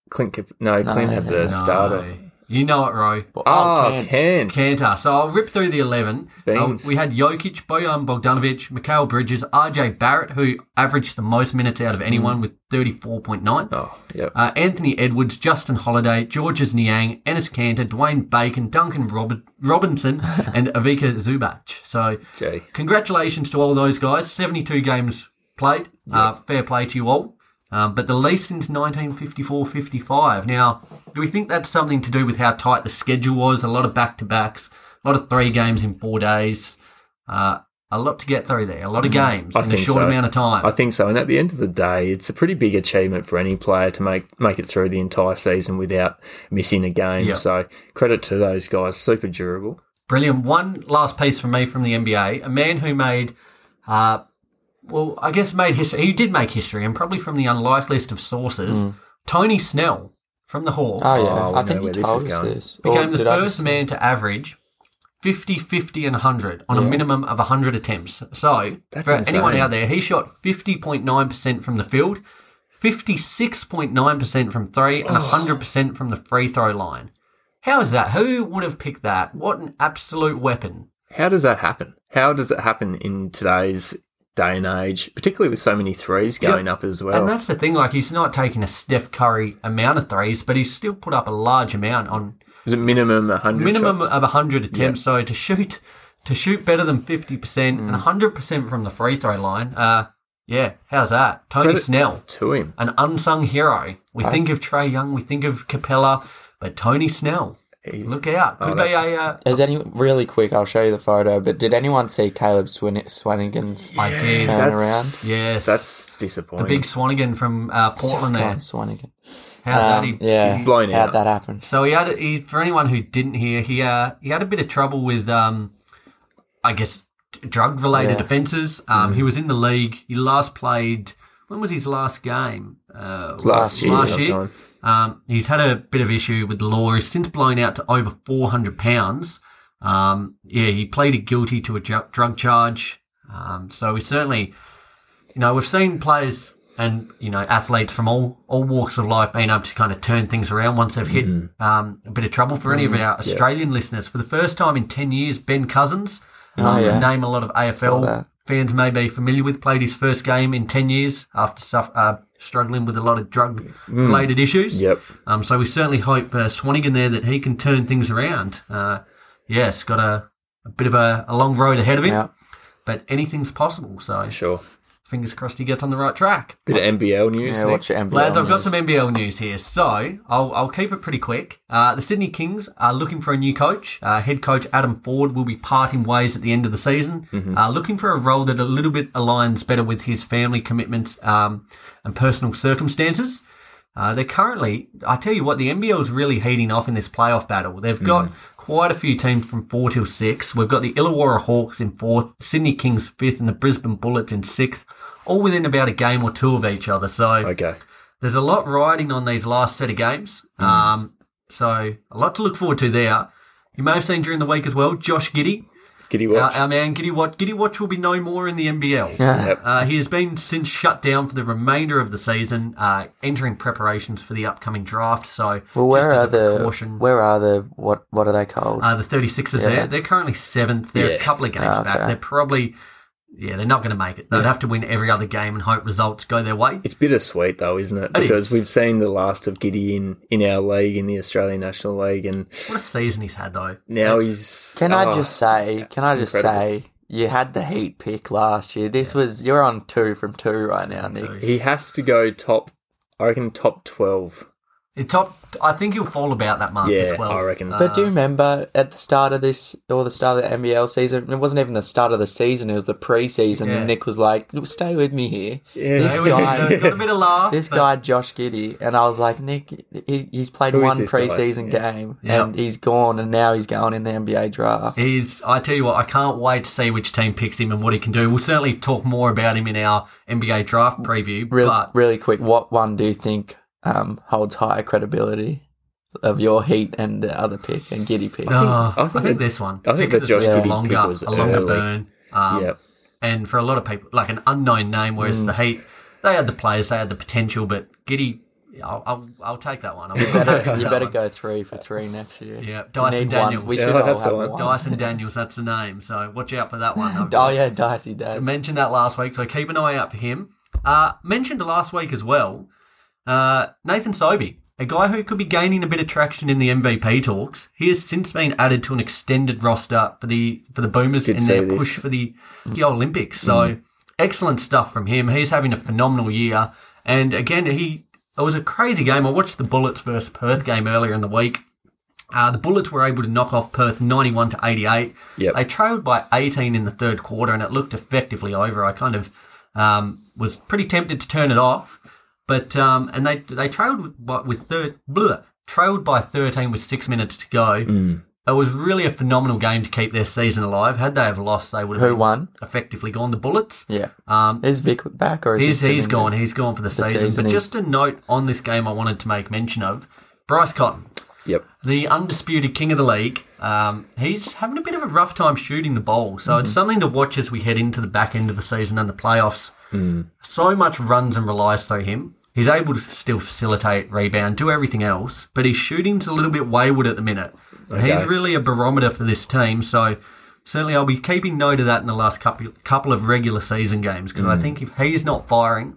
Speaker 4: Clint. Cap- no,
Speaker 3: No,
Speaker 4: Clint had the
Speaker 3: no.
Speaker 4: starter.
Speaker 2: No. You know it, Roy.
Speaker 4: Oh,
Speaker 3: Cant.
Speaker 4: Cairns.
Speaker 2: Cantor. So I'll rip through the 11. Uh,
Speaker 4: Beans.
Speaker 2: we had Jokic, Bojan Bogdanovic, Mikhail Bridges, RJ Barrett, who averaged the most minutes out of anyone with 34.9.
Speaker 4: Oh, yep.
Speaker 2: Uh, Anthony Edwards, Justin Holiday, Georges Niang, Ennis Cantor, Dwayne Bacon, Duncan Robert- Robinson, and Avika Zubac. So
Speaker 4: Jay.
Speaker 2: congratulations to all those guys. 72 games played. Uh, fair play to you all. Um, but the least since 1954 55. Now, do we think that's something to do with how tight the schedule was? A lot of back to backs, a lot of three games in four days, uh, a lot to get through there, a lot of games
Speaker 4: Mm, I
Speaker 2: in a
Speaker 4: think
Speaker 2: short
Speaker 4: so.
Speaker 2: amount of time.
Speaker 4: I think so. And at the end of the day, it's a pretty big achievement for any player to make make it through the entire season without missing a game.
Speaker 2: Yep.
Speaker 4: So credit to those guys. Super durable.
Speaker 2: Brilliant. One last piece from me from the NBA. A man who made, uh, well, I guess made history. He did make history, and probably from the unlikeliest of sources. Tony Snell from the Hawks
Speaker 3: Oh, yeah.
Speaker 4: Mm. Oh, we
Speaker 3: I
Speaker 4: know
Speaker 3: think you
Speaker 4: where this
Speaker 3: told
Speaker 4: is
Speaker 3: us
Speaker 4: going.
Speaker 3: this. Or
Speaker 2: became the
Speaker 3: did I
Speaker 2: first
Speaker 3: just-
Speaker 2: man to average 50, 50, and 100 on a minimum of 100 attempts. So,
Speaker 4: That's
Speaker 2: for anyone
Speaker 4: insane.
Speaker 2: out there, he shot 50.9% from the field, 56.9% from three, and 100% from the free throw line. How is that? Who would have picked that? What an absolute weapon.
Speaker 4: How does that happen? How does it happen in today's day and age, particularly with so many threes going up as well?
Speaker 2: And that's the thing, like he's not taking a Steph Curry amount of threes, but he's still put up a large amount on
Speaker 4: Is it minimum 100
Speaker 2: minimum
Speaker 4: shots?
Speaker 2: of 100 attempts. So to shoot to shoot better than 50% and 100% from the free throw line, uh, yeah, how's that? Tony
Speaker 4: Credit
Speaker 2: Snell,
Speaker 4: to him.
Speaker 2: an unsung hero. We think of Trey Young, we think of Capella, but Tony Snell, look out. Could be
Speaker 4: that's-
Speaker 2: a. Uh,
Speaker 3: Is any really quick? I'll show you the photo. But did anyone see Caleb Swin- Swanigan's?
Speaker 2: I did.
Speaker 3: Yeah. Turn
Speaker 4: That's,
Speaker 2: around. Yes.
Speaker 4: That's disappointing.
Speaker 2: The big Swanigan from uh, Portland there.
Speaker 3: God, Swanigan.
Speaker 2: How's that? He,
Speaker 3: Um, yeah,
Speaker 4: he's blown
Speaker 3: How'd
Speaker 4: out.
Speaker 3: that happen?
Speaker 2: So he had he for anyone who didn't hear, he uh, he had a bit of trouble with um, I guess drug related
Speaker 3: Yeah. Mm-hmm.
Speaker 2: offences. Um, he was in the league. He last played. When was his last game? Uh, was it
Speaker 3: last year
Speaker 2: Last year.
Speaker 4: sometime.
Speaker 2: Um, he's had a bit of issue with the law. He's since blown out to over four hundred pounds. Um, yeah, he pleaded guilty to a ju- drug charge. Um, so we certainly, you know, we've seen players and you know athletes from all all walks of life being able to kind of turn things around once they've hit
Speaker 3: Mm.
Speaker 2: um, a bit of trouble. For any of our Australian listeners, for the first time in ten years, Ben Cousins, um,
Speaker 3: Oh, yeah.
Speaker 2: a name a lot of AFL
Speaker 3: that.
Speaker 2: fans may be familiar with, played his first game in ten years after suff- uh, struggling with a lot of drug
Speaker 3: Mm.
Speaker 2: related issues.
Speaker 4: Yep.
Speaker 2: Um, so we certainly hope uh, Swanigan there that he can turn things around. Uh, yeah, it's got a, a bit of a, a long road ahead of him,
Speaker 3: Yeah.
Speaker 2: but anything's possible. So
Speaker 4: Sure.
Speaker 2: fingers crossed he gets on the right track.
Speaker 4: Bit of NBL news.
Speaker 3: Yeah,
Speaker 4: Nick.
Speaker 3: watch your NBL
Speaker 2: Lads, I've got
Speaker 3: news.
Speaker 2: some NBL news here, so I'll, I'll keep it pretty quick. Uh, the Sydney Kings are looking for a new coach. Uh, head coach Adam Ford will be parting ways at the end of the season, uh, looking for a role that a little bit aligns better with his family commitments um, and personal circumstances. Uh, they're currently, I tell you what, the NBL is really heating off in this playoff battle. They've got quite a few teams from four till six. We've got the Illawarra Hawks in fourth, Sydney Kings fifth, and the Brisbane Bullets in sixth, all within about a game or two of each other. So
Speaker 4: Okay.
Speaker 2: there's a lot riding on these last set of games.
Speaker 3: Mm.
Speaker 2: Um, so a lot to look forward to there. You may have seen during the week as well, Josh Giddy,
Speaker 4: Giddy
Speaker 2: our,
Speaker 4: watch.
Speaker 2: our man Giddy Watch. Giddy Watch will be no more in the NBL.
Speaker 4: Yep.
Speaker 2: Uh, he has been since shut down for the remainder of the season, uh, entering preparations for the upcoming draft. So,
Speaker 3: Well, where
Speaker 2: just as
Speaker 3: are
Speaker 2: a
Speaker 3: the?
Speaker 2: precaution,
Speaker 3: Where are the? What? What are they called?
Speaker 2: uh, the 36ers there, they're currently seventh. They're a
Speaker 4: Yeah.
Speaker 2: couple of games
Speaker 3: Ah, okay.
Speaker 2: back. They're probably, yeah, they're not going to make it. They'd have to win every other game and hope results go their way.
Speaker 4: It's bittersweet though, isn't it?
Speaker 2: It
Speaker 4: Because
Speaker 2: is.
Speaker 4: we've seen the last of Giddy in, in our league, in the Australian National League, and
Speaker 2: What a season he's had, though.
Speaker 4: now he's.
Speaker 3: Can
Speaker 4: oh,
Speaker 3: I just say? Can I just
Speaker 4: incredible.
Speaker 3: say? You had the Heat pick last year. This was you're on two from two right now, Nick.
Speaker 4: He has to go top. I reckon top twelve.
Speaker 2: The top, I think he'll fall about that mark.
Speaker 4: Yeah,
Speaker 2: the 12th.
Speaker 4: I reckon.
Speaker 3: But
Speaker 2: Um,
Speaker 3: do you remember at the start of this or the start of the NBL season? It wasn't even the start of the season; it was the preseason.
Speaker 2: Yeah.
Speaker 3: And Nick was like, "Stay with me here."
Speaker 4: Yeah.
Speaker 3: This
Speaker 2: They were- they
Speaker 3: guy,
Speaker 2: got a bit of laugh.
Speaker 3: this
Speaker 2: but
Speaker 3: guy, Josh Giddy, and I was like, Nick, he, he's played
Speaker 4: Who is
Speaker 3: one
Speaker 4: this guy?
Speaker 3: preseason game,
Speaker 2: Yeah.
Speaker 3: and he's gone, and now he's going in the NBA draft.
Speaker 2: He's, I tell you what, I can't wait to see which team picks him and what he can do. We'll certainly talk more about him in our NBA draft preview.
Speaker 3: Real,
Speaker 2: but
Speaker 3: really quick, what one do you think um, holds higher credibility of your Heat and the other pick and Giddy pick?
Speaker 2: Uh, I,
Speaker 4: I
Speaker 2: think,
Speaker 4: think-
Speaker 2: this one.
Speaker 4: I think
Speaker 2: because
Speaker 4: the Josh
Speaker 2: it's
Speaker 4: Giddey
Speaker 2: longer,
Speaker 4: pick was
Speaker 2: a longer
Speaker 4: early.
Speaker 2: burn. Um,
Speaker 4: Yep.
Speaker 2: And for a lot of people, like an unknown name, whereas
Speaker 3: Mm.
Speaker 2: the Heat, they had the players, they had the potential, but Giddy, I'll, I'll, I'll take that one. I'll
Speaker 3: You better, you better go three for three next year.
Speaker 2: Yeah,
Speaker 3: You
Speaker 2: Dyson
Speaker 3: need
Speaker 2: Daniels.
Speaker 3: One. We
Speaker 2: Yeah,
Speaker 3: should all
Speaker 4: that's the
Speaker 3: have
Speaker 4: one.
Speaker 3: one.
Speaker 2: Dyson Daniels, that's the name. So watch out for that one. I've-
Speaker 3: Oh yeah, Dicey Daz.
Speaker 2: mentioned that last week, so keep an eye out for him. Uh, mentioned last week as well, uh, Nathan Sobey, a guy who could be gaining a bit of traction in the MVP talks. He has since been added to an extended roster for the for the Boomers
Speaker 4: Did
Speaker 2: in their
Speaker 4: see this. Mm.
Speaker 2: push for the the Olympics. So excellent stuff from him. He's having a phenomenal year, and again he. It was a crazy game. I watched the Bullets versus Perth game earlier in the week. Uh, the Bullets were able to knock off Perth 91 to 88.
Speaker 4: Yep.
Speaker 2: They trailed by 18 in the third quarter and it looked effectively over. I kind of um, was pretty tempted to turn it off, but um, and they they trailed with, by- with third bleh, trailed by 13 with six minutes to go.
Speaker 3: Mm.
Speaker 2: It was really a phenomenal game to keep their season alive. Had they have lost, they would have
Speaker 3: Who
Speaker 2: been
Speaker 3: won?
Speaker 2: effectively gone. The Bullets.
Speaker 3: Yeah.
Speaker 2: Um,
Speaker 3: Is Vic back or is he
Speaker 2: He's,
Speaker 3: still
Speaker 2: he's
Speaker 3: injured?
Speaker 2: gone. He's gone for the, season.
Speaker 3: season
Speaker 2: But
Speaker 3: is-
Speaker 2: just a note on this game, I wanted to make mention of Bryce Cotton
Speaker 4: Yep.
Speaker 2: the undisputed king of the league. Um, he's having a bit of a rough time shooting the ball, so
Speaker 3: Mm-hmm.
Speaker 2: it's something to watch as we head into the back end of the season and the playoffs. So much runs and relies through him. He's able to still facilitate, rebound, do everything else, but his shooting's a little bit wayward at the minute. And He's really a barometer for this team, so certainly I'll be keeping note of that in the last couple couple of regular season games because I
Speaker 3: Mm.
Speaker 2: think if he's not firing,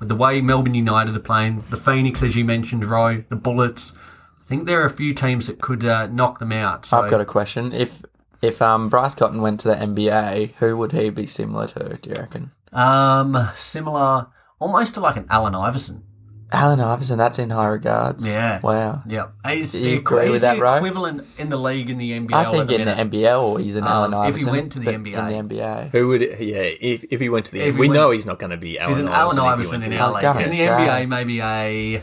Speaker 2: with the way Melbourne United are playing, the Phoenix as you mentioned, Roy, the Bullets, I think there are a few teams that could uh, knock them out. So
Speaker 3: I've got a question. If if um, Bryce Cotton went to the NBA, who would he be similar to? Do you reckon?
Speaker 2: um similar, almost to like an Allen Iverson.
Speaker 3: Alan Iverson, that's in high regards.
Speaker 2: Yeah.
Speaker 3: Wow.
Speaker 2: Yeah, he's
Speaker 3: you
Speaker 2: the
Speaker 3: agree with
Speaker 2: he's
Speaker 3: that,
Speaker 2: the
Speaker 3: Roy?
Speaker 2: equivalent in the league in the NBL.
Speaker 3: I think
Speaker 2: at
Speaker 3: in the
Speaker 2: minute.
Speaker 3: NBL he's an
Speaker 2: Um,
Speaker 3: Alan
Speaker 2: if he
Speaker 3: Iverson.
Speaker 2: went to the
Speaker 3: but
Speaker 2: NBA.
Speaker 3: In the NBA.
Speaker 4: Who would? Yeah, if, if he went to the,
Speaker 2: If he
Speaker 4: we
Speaker 2: went-
Speaker 4: know he's not going to be Alan.
Speaker 2: He's an Allen
Speaker 4: Iverson
Speaker 2: Iverson
Speaker 4: if
Speaker 2: in
Speaker 4: he went to the
Speaker 2: our
Speaker 3: I
Speaker 2: league.
Speaker 3: gotta
Speaker 2: In the
Speaker 3: say.
Speaker 2: NBA, maybe a.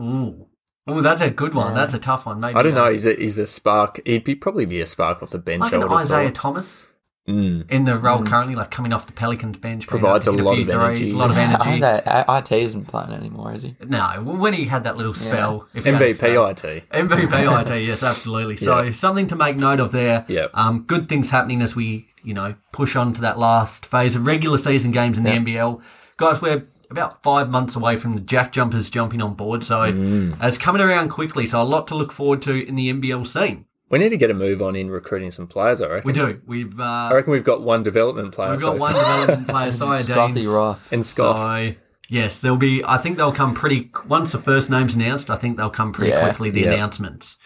Speaker 2: Ooh. Ooh, that's a good one. That's a tough one. Maybe
Speaker 4: I don't
Speaker 2: a-
Speaker 4: know. He's a, he's a spark. He'd be probably be a spark off the bench.
Speaker 2: Like
Speaker 4: I
Speaker 2: an
Speaker 4: would have
Speaker 2: Isaiah
Speaker 4: thought.
Speaker 2: Thomas
Speaker 4: Mm.
Speaker 2: in the role currently, like coming off the Pelicans bench. being
Speaker 4: Provides
Speaker 2: able to
Speaker 4: a lot
Speaker 2: hit few
Speaker 4: of
Speaker 2: threes,
Speaker 4: energy.
Speaker 2: A lot of
Speaker 3: I
Speaker 2: energy.
Speaker 3: don't- I- IT isn't playing anymore, is he?
Speaker 2: No, well, when he had that little spell. if he had a spell.
Speaker 4: MVP IT.
Speaker 2: MVP IT, yes, absolutely. So
Speaker 4: Yeah.
Speaker 2: something to make note of there.
Speaker 4: Yeah.
Speaker 2: Um, good things happening as we, you know, push on to that last phase of regular season games in the NBL. Guys, we're about five months away from the Jack Jumpers jumping on board, so
Speaker 4: Mm.
Speaker 2: it's coming around quickly. So a lot to look forward to in the NBL scene.
Speaker 4: We need to get a move on in recruiting some players. I reckon.
Speaker 2: We do. We've uh,
Speaker 4: I reckon we've got one development player.
Speaker 2: we've
Speaker 4: so
Speaker 2: got one
Speaker 4: far.
Speaker 2: development player,
Speaker 3: Scotty
Speaker 2: Syedines.
Speaker 3: Roth.
Speaker 4: and Scoff.
Speaker 2: So yes, there'll be. I think they'll come pretty. Once the first name's announced, I think they'll come pretty
Speaker 3: Yeah.
Speaker 2: quickly. The
Speaker 4: Yeah.
Speaker 2: announcements.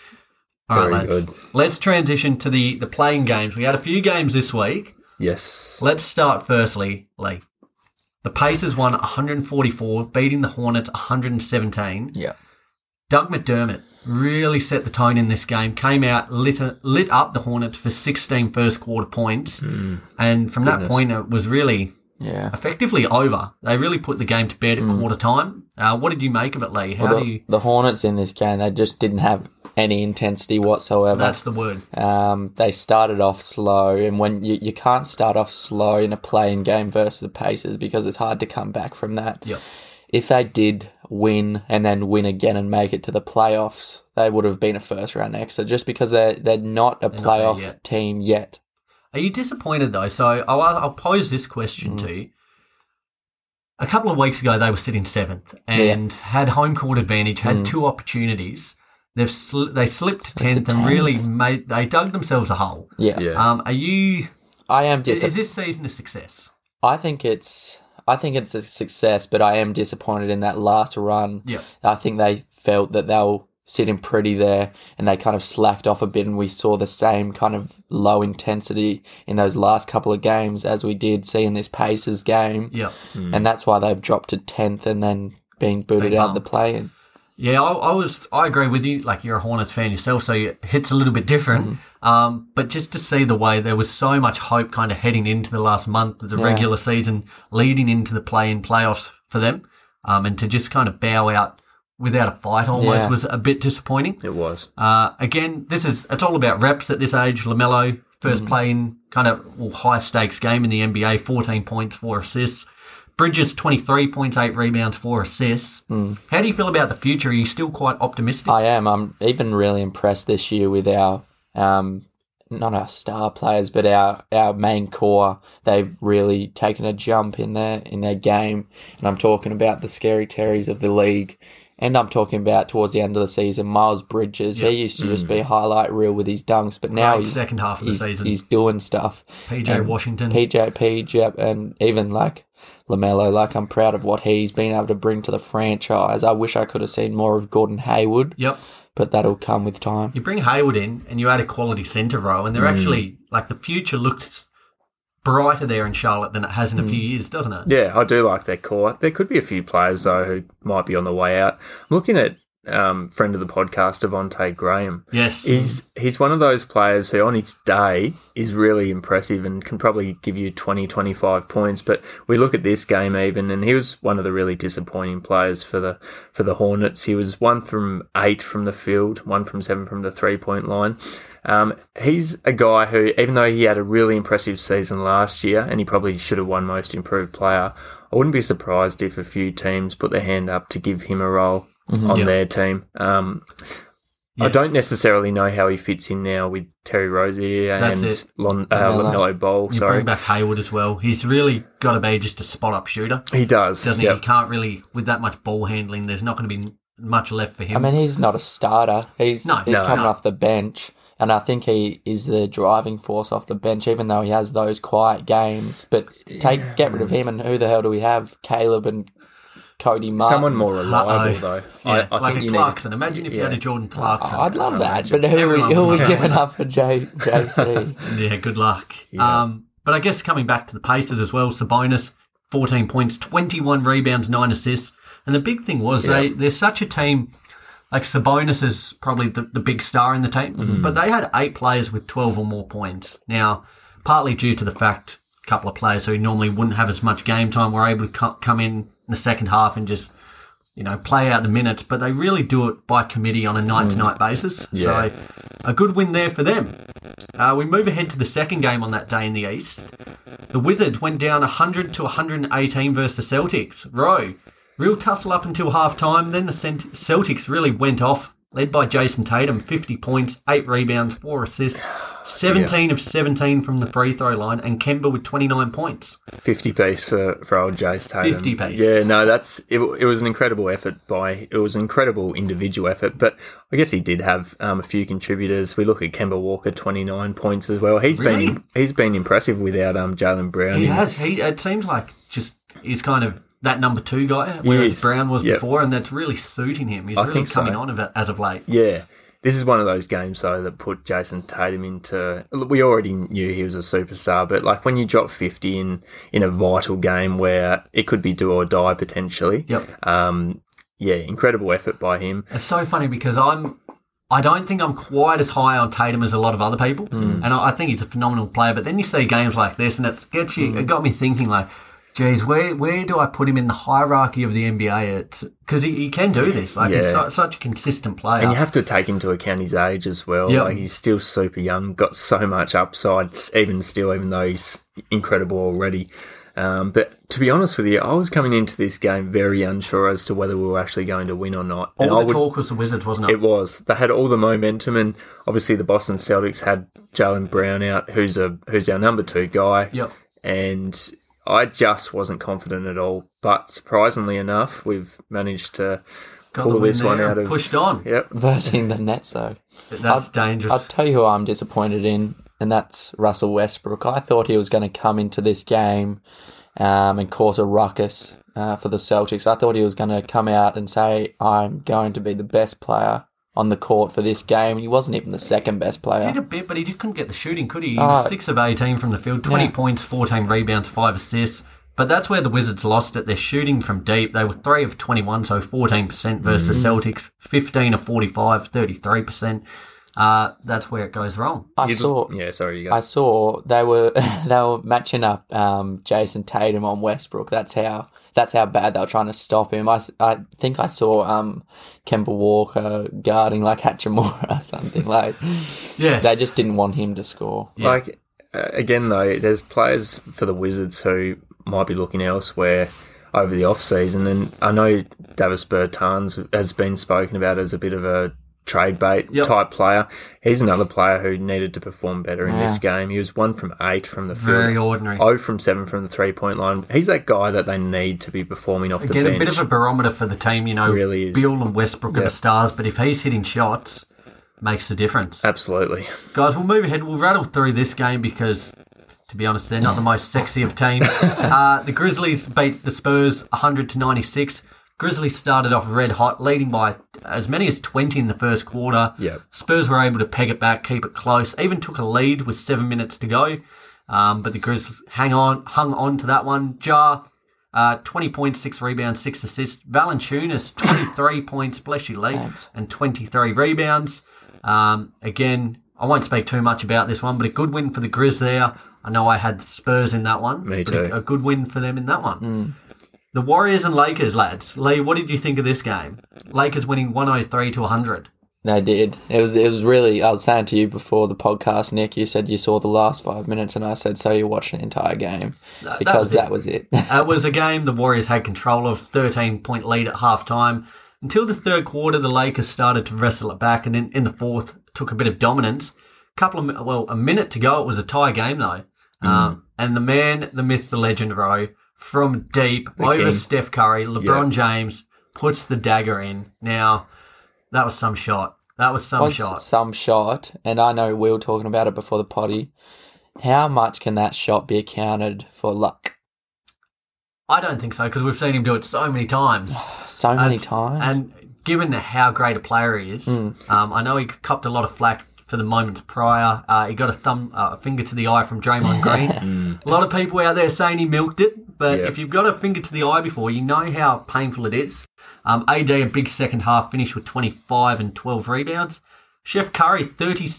Speaker 2: All right,
Speaker 4: Very
Speaker 2: let's let's transition to the the playing games. We had a few games this week.
Speaker 4: yes.
Speaker 2: Let's start firstly, Lee. The Pacers won 144, beating the Hornets 117.
Speaker 3: Yeah.
Speaker 2: Doug McDermott really set the tone in this game. Came out lit lit up the Hornets for 16 first quarter points, and from that
Speaker 4: Hmm. Goodness.
Speaker 2: point it was really
Speaker 3: Yeah.
Speaker 2: effectively over. They really put the game to bed at quarter time. Uh, what did you make of it, Lee? How
Speaker 3: Well,
Speaker 2: do
Speaker 3: the,
Speaker 2: you?
Speaker 3: the Hornets in this game, they just didn't have any intensity whatsoever.
Speaker 2: That's the word.
Speaker 3: Um, they started off slow, and when you, you can't start off slow in a playing game versus the Pacers because it's hard to come back from that.
Speaker 2: Yep.
Speaker 3: If they did win and then win again and make it to the playoffs, they would have been a first round exit just because they're they're not a
Speaker 2: They're not there
Speaker 3: playoff
Speaker 2: yet.
Speaker 3: team yet.
Speaker 2: Are you disappointed though? So I'll, I'll pose this question to you. A couple of weeks ago, they were sitting seventh and had home court advantage, had two opportunities. They've sli- they slipped to tenth and really made they dug themselves a hole.
Speaker 3: Yeah,
Speaker 4: Yeah.
Speaker 2: Um, are you?
Speaker 3: I am disappointed.
Speaker 2: Is, this season a success?
Speaker 3: I think it's I think it's a success, but I am disappointed in that last run.
Speaker 2: Yeah.
Speaker 3: I think they felt that they'll sitting pretty there and they kind of slacked off a bit and we saw the same kind of low intensity in those last couple of games as we did see in this Pacers game.
Speaker 2: Yeah. Hmm.
Speaker 3: And that's why they've dropped to tenth and then being booted
Speaker 2: Been
Speaker 3: out of the play in.
Speaker 2: Yeah, I, I was. I agree with you. Like you're a Hornets fan yourself, so it hits a little bit different. Um, but just to see the way there was so much hope, kind of heading into the last month of the regular season, leading into the play-in playoffs for them, um, and to just kind of bow out without a fight almost
Speaker 3: Yeah.
Speaker 2: was a bit disappointing.
Speaker 4: It was.
Speaker 2: Uh, again, this is it's all about reps at this age. Lamelo 1st
Speaker 4: Mm-hmm.
Speaker 2: playing kind of well, high stakes game in the NBA. Fourteen points, four assists. Bridges twenty three points, eight rebounds, four assists.
Speaker 4: Mm.
Speaker 2: How do you feel about the future? Are you still quite optimistic?
Speaker 3: I am. I'm even really impressed this year with our um not our star players, but our, our main core. They've really taken a jump in their in their game. And I'm talking about the scary terries of the league. And I'm talking about towards the end of the season, Miles Bridges. He used to just be highlight reel with his dunks, but now
Speaker 2: Mm. Great
Speaker 3: he's
Speaker 2: second half of the
Speaker 3: he's,
Speaker 2: season.
Speaker 3: he's doing stuff.
Speaker 2: PJ
Speaker 3: And
Speaker 2: Washington.
Speaker 3: PJ, PJ, and even like Lamelo. Like I'm proud of what he's been able to bring to the franchise. I wish I could have seen more of Gordon Hayward
Speaker 2: yep.
Speaker 3: but that'll come with time.
Speaker 2: You bring Hayward in and you add a quality centre row, and they're
Speaker 4: Mm.
Speaker 2: actually like the future looks brighter there in Charlotte than it has in a few years, doesn't it?
Speaker 4: Mm. Yeah, I do like their core. There could be a few players though who might be on the way out. I'm looking at um, friend of the podcast, Devontae Graham.
Speaker 2: Yes.
Speaker 4: He's he's one of those players who on its day is really impressive and can probably give you 20, 25 points. But we look at this game even, and he was one of the really disappointing players for the for the Hornets. He was one from eight from the field, one from seven from the three point line. Um, he's a guy who, even though he had a really impressive season last year, and he probably should have won Most Improved Player, I wouldn't be surprised if a few teams put their hand up to give him a role on
Speaker 2: Mm-hmm. Yeah.
Speaker 4: their team. Um, I
Speaker 2: Yes.
Speaker 4: don't necessarily know how he fits in now with Terry Rozier
Speaker 2: That's
Speaker 4: and
Speaker 2: it.
Speaker 4: Lon, uh,
Speaker 3: Lamelo.
Speaker 4: Lamelo Ball.
Speaker 2: You
Speaker 4: Sorry,
Speaker 2: bring back Hayward as well. He's really got to be just a spot up shooter.
Speaker 4: he does.
Speaker 2: doesn't he?
Speaker 4: Yep.
Speaker 2: He can't really, with that much ball handling, there's not going to be much left for him.
Speaker 3: I mean, he's not a starter. He's
Speaker 2: No,
Speaker 3: he's
Speaker 2: no,
Speaker 3: coming
Speaker 2: no.
Speaker 3: off the bench. And I think he is the driving force off the bench, even though he has those quiet games. But take get rid of him, and who the hell do we have? Caleb and Cody Martin.
Speaker 4: Someone more reliable,
Speaker 2: Uh-oh.
Speaker 4: though.
Speaker 2: oh, Yeah,
Speaker 4: I, I
Speaker 2: like
Speaker 4: think
Speaker 2: a
Speaker 4: you
Speaker 2: Clarkson. Imagine if you had a
Speaker 4: yeah.
Speaker 2: Jordan Clarkson.
Speaker 3: Oh, I'd love that, but who,
Speaker 2: Everyone
Speaker 3: who are
Speaker 2: would
Speaker 3: we
Speaker 2: love
Speaker 3: giving
Speaker 2: that.
Speaker 3: up for J, JC?
Speaker 2: Yeah, good luck.
Speaker 4: Yeah.
Speaker 2: Um, but I guess coming back to the Pacers as well, Sabonis, 14 points, 21 rebounds, 9 assists. And the big thing was they, they're such a team, like Sabonis is probably the, the big star in the team,
Speaker 4: Mm-hmm.
Speaker 2: but they had eight players with 12 or more points. Now, partly due to the fact a couple of players who normally wouldn't have as much game time were able to co- come in in the second half and just you know, play out the minutes, but they really do it by committee on a night to night basis.
Speaker 4: Mm. Yeah.
Speaker 2: So a good win there for them. Uh, we move ahead to the second game on that day in the East. The Wizards went down 100 to 118 versus the Celtics. Rowe, real tussle up until half time. Then the Celt- Celtics really went off, led by Jason Tatum, 50 points, 8 rebounds, 4 assists, 17 of 17 from the free throw line, and Kemba with 29 points.
Speaker 4: 50 piece for, for old Jace Tatum.
Speaker 2: 50 piece.
Speaker 4: Yeah, no, that's it, w- it was an incredible effort by it was an incredible individual effort, but I guess he did have um, a few contributors. We look at Kemba Walker 29 points as well. He's
Speaker 2: Really?
Speaker 4: been he's been impressive without um Jalen Brown.
Speaker 2: He
Speaker 4: in-
Speaker 2: has. He it seems like just he's kind of that number two guy, whereas
Speaker 4: is.
Speaker 2: Brown was
Speaker 4: Yep.
Speaker 2: before, and that's really suiting him. He's
Speaker 4: I
Speaker 2: really
Speaker 4: think so.
Speaker 2: coming on of it as of late.
Speaker 4: Yeah. This is one of those games though that put Jason Tatum into we already knew he was a superstar, but like when you drop 50 in in a vital game where it could be do or die potentially.
Speaker 2: Yep.
Speaker 4: Um yeah, incredible effort by him.
Speaker 2: It's so funny because I'm. I don't think I'm quite as high on Tatum as a lot of other people,
Speaker 4: Hmm.
Speaker 2: and I, I think he's a phenomenal player. But then you see games like this, and it gets you.
Speaker 4: Hmm.
Speaker 2: It got me thinking, like, geez, where where do I put him in the hierarchy of the NBA? Because he, he can do this. Like, he's
Speaker 4: Yeah.
Speaker 2: su- such a consistent player.
Speaker 4: And you have to take into account his age as well.
Speaker 2: Yep.
Speaker 4: Like he's still super young, got so much upside, s- even still, even though he's incredible already. Um, but to be honest with you, I was coming into this game very unsure as to whether we were actually going to win or not. And
Speaker 2: All
Speaker 4: I
Speaker 2: the
Speaker 4: would-
Speaker 2: talk was the Wizards, wasn't it?
Speaker 4: it was. They had all the momentum, and obviously the Boston Celtics had Jalen Brown out, who's a who's our number two guy.
Speaker 2: Yep.
Speaker 4: And I just wasn't confident at all. But surprisingly enough, we've managed to
Speaker 2: Got the
Speaker 4: pull
Speaker 2: win
Speaker 4: this one
Speaker 2: there
Speaker 4: out
Speaker 2: and
Speaker 4: of.
Speaker 2: pushed on.
Speaker 4: Yep.
Speaker 3: Verting the Nets, though.
Speaker 2: That's dangerous.
Speaker 3: I'll tell you who I'm disappointed in, and that's Russell Westbrook. I thought he was going to come into this game um, and cause a ruckus uh, for the Celtics. I thought he was going to come out and say, I'm going to be the best player on the court for this game. And he wasn't even the second best player.
Speaker 2: did a bit, but he just couldn't get the shooting, could he? He was
Speaker 4: Uh,
Speaker 3: Oh.
Speaker 2: six of eighteen from the field, twenty
Speaker 3: Yeah.
Speaker 2: points, fourteen rebounds, five assists. But that's where the Wizards lost it. They're shooting from deep. They were three of twenty-one, so fourteen percent versus
Speaker 4: Mm.
Speaker 2: Celtics, fifteen of 45, 33 percent. Uh, that's where it goes wrong.
Speaker 3: I saw.
Speaker 4: Yeah, sorry, you guys.
Speaker 3: I saw they were they were matching up um, Jason Tatum on Westbrook. That's how that's how bad they were trying to stop him. I, s- I think I saw um, Kemba Walker guarding like Hachimura or something like.
Speaker 2: Yes,
Speaker 3: They just didn't want him to score.
Speaker 2: Yeah.
Speaker 4: Like uh, again, though, there's players for the Wizards who might be looking elsewhere over the off season, and I know Davis Bertans has been spoken about as a bit of a trade bait
Speaker 2: Yep.
Speaker 4: type player. He's another player who needed to perform better in this game. He was one from eight from the field.
Speaker 2: very ordinary.
Speaker 4: 0 from 7 from the three point line. He's that guy that they need to be performing off the
Speaker 2: Get
Speaker 4: bench.
Speaker 2: a bit of a barometer for the team, you know.
Speaker 4: Really is.
Speaker 2: Beal and Westbrook are the stars, but if he's hitting shots, makes the difference.
Speaker 4: Absolutely.
Speaker 2: Guys, we'll move ahead. We'll rattle through this game because, to be honest, they're not the most sexy of teams. uh, the Grizzlies beat the Spurs 100 to 96. Grizzlies started off red hot, leading by as many as 20 in the first quarter.
Speaker 4: Yep.
Speaker 2: Spurs were able to peg it back, keep it close, even took a lead with seven minutes to go. Um, but the Grizzlies hang on, hung on to that one. Jar, uh, 20 points, six rebounds, six assists. Valanciunas, 23 points, bless you, Lee, and 23 rebounds. Um, again, I won't speak too much about this one, but a good win for the Grizz there. I know I had Spurs in that one.
Speaker 4: Me
Speaker 2: but a-
Speaker 4: too. Mm.
Speaker 2: A, good win for them in that one. The Warriors and Lakers, lads. Lee, what did you think of this game? Lakers winning 103 to 100.
Speaker 3: They did. It was it was really. I was saying to you before the podcast, Nick. You said you saw the last five minutes, and I said, so you watched the entire game
Speaker 2: that
Speaker 3: because
Speaker 2: was it.
Speaker 3: that was it.
Speaker 2: Uh, It was a game the Warriors had control of, 13 point lead at halftime. Until the third quarter, the Lakers started to wrestle it back, and in, in the fourth, took a bit of dominance. couple of, mi- well, a minute to go, it was a tie game, though. Um, and the man, the myth, the legend, Rowe, from deep, over
Speaker 4: king.
Speaker 2: Steph Curry, LeBron James, puts the dagger in. Now, that was some shot. That was some
Speaker 3: was
Speaker 2: shot.
Speaker 3: some shot, and I know we were talking about it before the potty. How much can that shot be accounted for luck?
Speaker 2: I don't think so because we've seen him do it so many times.
Speaker 3: So many
Speaker 2: And-
Speaker 3: times. Hmm.
Speaker 2: And given how great a player he is, um, I know he copped a lot of flack for the moments prior. Uh, he got a thumb, uh, a finger to the eye from Draymond
Speaker 3: Hmm.
Speaker 2: Green. a lot of people out there saying he milked it, but
Speaker 4: Yeah.
Speaker 2: if you've got a finger to the eye before, you know how painful it is. Um, AD a big second half finish with 25 and 12 rebounds. Chef Curry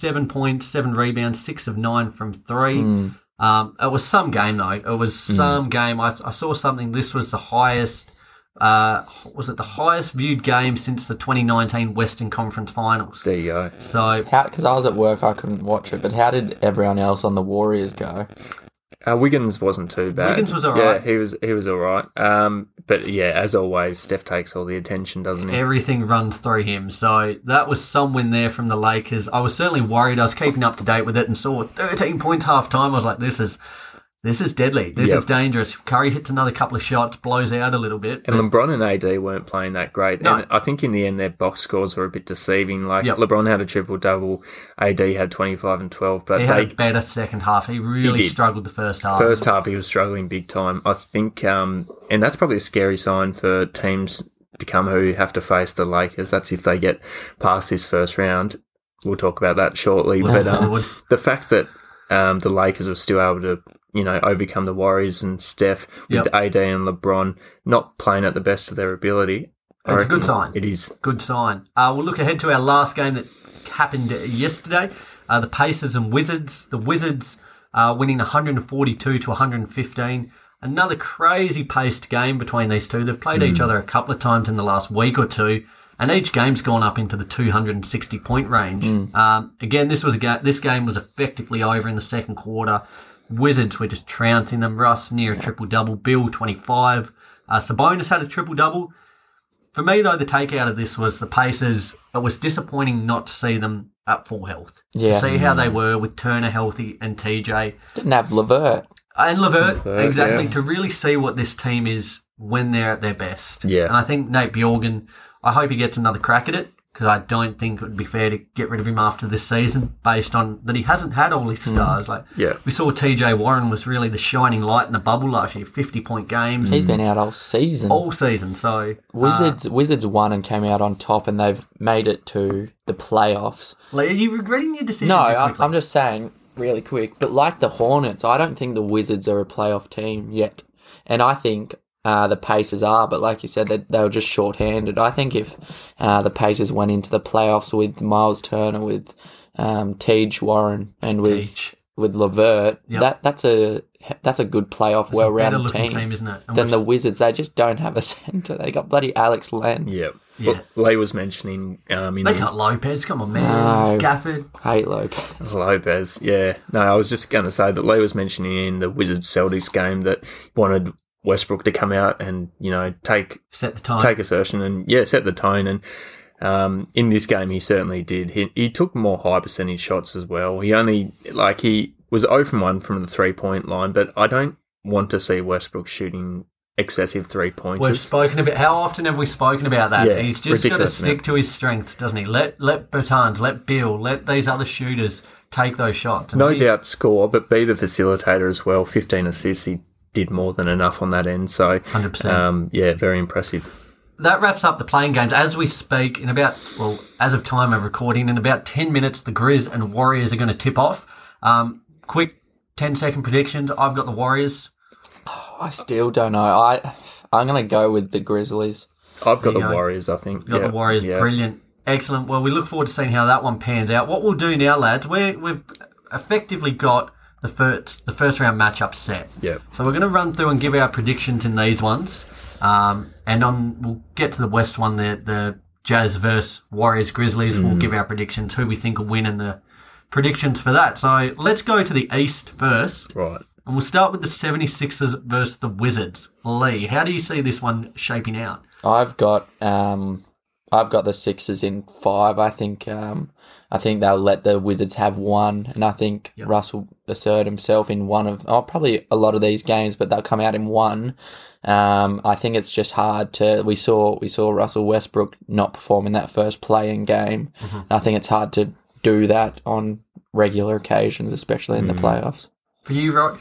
Speaker 2: 37.7 rebounds, six of nine from three. Um, it was some game though. It was some game. I, I saw something. This was the highest. Uh, was it the highest viewed game since the 2019 Western Conference Finals?
Speaker 4: There you go.
Speaker 2: So
Speaker 3: how? Because I was at work, I couldn't watch it. But how did everyone else on the Warriors go?
Speaker 4: Uh, Wiggins wasn't too bad.
Speaker 2: Wiggins was all
Speaker 4: Yeah,
Speaker 2: right.
Speaker 4: he was he was all right. Um, but yeah, as always, Steph takes all the attention, doesn't he?
Speaker 2: everything runs through him. So that was some win there from the Lakers. I was certainly worried. I was keeping up to date with it and saw 13 points half time. I was like, this is this is deadly. This
Speaker 4: Yep.
Speaker 2: is dangerous. If Curry hits another couple of shots, blows out a little bit. but-
Speaker 4: And LeBron and AD weren't playing that great.
Speaker 2: No.
Speaker 4: And I think in the end, their box scores were a bit deceiving. Like
Speaker 2: Yep.
Speaker 4: LeBron had a triple double, AD had 25 and 12, but
Speaker 2: he had
Speaker 4: they,
Speaker 2: a better second half. He really
Speaker 4: did.
Speaker 2: struggled the first half.
Speaker 4: first half he was struggling big time. I think, um, and that's probably a scary sign for teams to come who have to face the Lakers. That's if they get past this first round. We'll talk about that shortly. But um,
Speaker 2: Lord.
Speaker 4: the fact that um, the Lakers were still able to, you know, overcome the Warriors and Steph with
Speaker 2: Yep.
Speaker 4: AD and LeBron not playing at the best of their ability. I
Speaker 2: It's a good
Speaker 4: reckon
Speaker 2: sign.
Speaker 4: It is.
Speaker 2: Good sign. Uh, we'll look ahead to our last game that happened yesterday. Uh, the Pacers and Wizards. The Wizards uh, winning 142 to 115. Another crazy paced game between these two. They've played each other a couple of times in the last week or two, and each game's gone up into the 260 point range. Um, again, this was a ga- this game was effectively over in the second quarter. Wizards were just trouncing them. Russ near a triple double. Bill 25. Uh, Sabonis had a triple double. For me, though, the takeout of this was the Pacers. It was disappointing not to see them at full health.
Speaker 3: Yeah.
Speaker 2: To see how they were with Turner healthy and TJ
Speaker 3: Didn't have Levert.
Speaker 2: and Levert,
Speaker 4: Levert,
Speaker 2: exactly,
Speaker 4: yeah.
Speaker 2: to really see what this team is when they're at their best.
Speaker 4: Yeah.
Speaker 2: And I think Nate Bjorgen, I hope he gets another crack at it because I don't think it would be fair to get rid of him after this season based on that he hasn't had all his stars. Like,
Speaker 4: Yeah.
Speaker 2: we saw TJ Warren was really the shining light in the bubble last year, 50 point games
Speaker 3: He's been out all season.
Speaker 2: all season. So,
Speaker 3: Wizards
Speaker 2: Um,
Speaker 3: Wizards won and came out on top, and they've made it to the playoffs.
Speaker 2: like, are you regretting your decision?
Speaker 3: No,
Speaker 2: too
Speaker 3: I'm,
Speaker 2: quickly?
Speaker 3: I'm just saying really quick. But like the Hornets, I don't think the Wizards are a playoff team yet, and I think uh, the Pacers are. But like you said, they, they were just shorthanded. I think if uh, the Pacers went into the playoffs with Miles Turner, with um, Tej Warren, and with
Speaker 2: Teach.
Speaker 3: with Levert,
Speaker 2: Yep.
Speaker 3: that that's a that's a good playoff,
Speaker 2: It's a better
Speaker 3: well-rounded
Speaker 2: looking
Speaker 3: team.
Speaker 2: team. isn't it? And
Speaker 3: Than
Speaker 2: we've-
Speaker 3: the Wizards, they just don't have a centre. They got bloody Alex Len.
Speaker 4: Yeah.
Speaker 2: Yeah.
Speaker 4: Well, Lee was mentioning um, in
Speaker 2: they
Speaker 4: the
Speaker 2: got Lopez. Come on, man.
Speaker 3: No.
Speaker 2: Gafford.
Speaker 3: Hate Lopez.
Speaker 4: It's Lopez, yeah. No, I was just going to say that Lee was mentioning in the Wizards Celtics game that wanted Westbrook to come out and you know take
Speaker 2: Set the time.
Speaker 4: take assertion and yeah, set the tone. And um, in this game, he certainly did. He, he took more high percentage shots as well. He only like he was 0 from one from the three point line, but I don't want to see Westbrook shooting excessive three
Speaker 2: We've
Speaker 4: pointers.
Speaker 2: spoken about how often have we spoken about that?
Speaker 4: Yeah,
Speaker 2: He's just got to
Speaker 4: ridiculous, man.
Speaker 2: stick to his strengths, doesn't he? Let let Bertans, let Bill, let these other shooters take those shots. And
Speaker 4: No
Speaker 2: he-
Speaker 4: doubt score, but be the facilitator as well. Fifteen assists, he did more than enough on that end. So,
Speaker 2: 100%.
Speaker 4: um, yeah, very impressive.
Speaker 2: That wraps up the playing games as we speak. In about well, as of time of recording, in about ten minutes, the Grizz and Warriors are going to tip off. Um, quick 10 second predictions. I've got the Warriors.
Speaker 3: I still don't know. I I'm gonna go with the Grizzlies.
Speaker 4: I've got the
Speaker 2: you go.
Speaker 4: Warriors. I think
Speaker 2: Got
Speaker 4: Yeah,
Speaker 2: the Warriors.
Speaker 4: yeah.
Speaker 2: Brilliant. Excellent. Well, we look forward to seeing how that one pans out. What we'll do now, lads, we're, we've effectively got the first the first round matchup set.
Speaker 4: Yeah.
Speaker 2: So we're going to run through and give our predictions in these ones, um, and on we'll get to the West one, the the Jazz versus Warriors Grizzlies. We'll
Speaker 4: Mm.
Speaker 2: give our predictions who we think will win and the predictions for that. So let's go to the East first,
Speaker 4: Right.
Speaker 2: and we'll start with the 76ers versus the Wizards. Lee, how do you see this one shaping out?
Speaker 3: I've got um I've got the Sixers in five. I think um, I think they'll let the Wizards have one, and I think
Speaker 2: Yep.
Speaker 3: Russ will assert himself in one of oh, probably a lot of these games, but they'll come out in one. Um, I think it's just hard to we saw we saw Russell Westbrook not perform in that first play-in game. And I think it's hard to do that on regular occasions, especially in the playoffs.
Speaker 2: For you, right?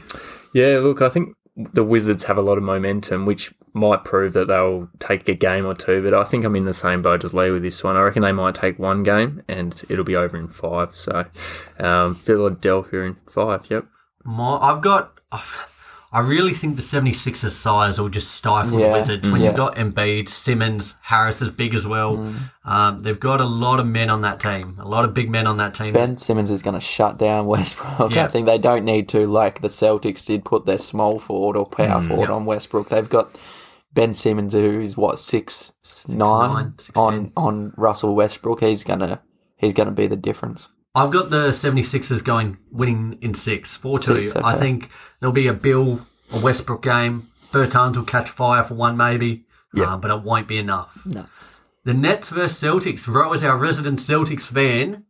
Speaker 4: Yeah, look, I think the Wizards have a lot of momentum, which might prove that they'll take a game or two. But I think I'm in the same boat as Lee with this one. I reckon they might take one game, and it'll be over in five. So um, Philadelphia in five. Yep.
Speaker 2: My, I've got. I've, I really think the 76ers size will just stifle
Speaker 3: Yeah, Mm.
Speaker 2: the Wizards when
Speaker 3: yeah. Mm.
Speaker 2: you've got Embiid, Simmons, Harris is big as well. Um, they've got a lot of men on that team, a lot of big men on that team.
Speaker 3: Ben Simmons is going to shut down Westbrook.
Speaker 2: Yeah.
Speaker 3: I think they don't need to, like the Celtics did, put their small forward or power forward
Speaker 2: yeah.
Speaker 3: on Westbrook. They've got Ben Simmons, who's what six, nine,
Speaker 2: nine, six ten.
Speaker 3: on on Russell Westbrook. He's gonna he's gonna be the difference.
Speaker 2: I've got the 76ers going winning in six, 4 2.
Speaker 3: Six, okay.
Speaker 2: I think there'll be a Bill or Westbrook game. Bertans will catch fire for one, maybe, uh, but it won't be enough.
Speaker 3: No.
Speaker 2: The Nets versus Celtics. Ro is our resident Celtics fan.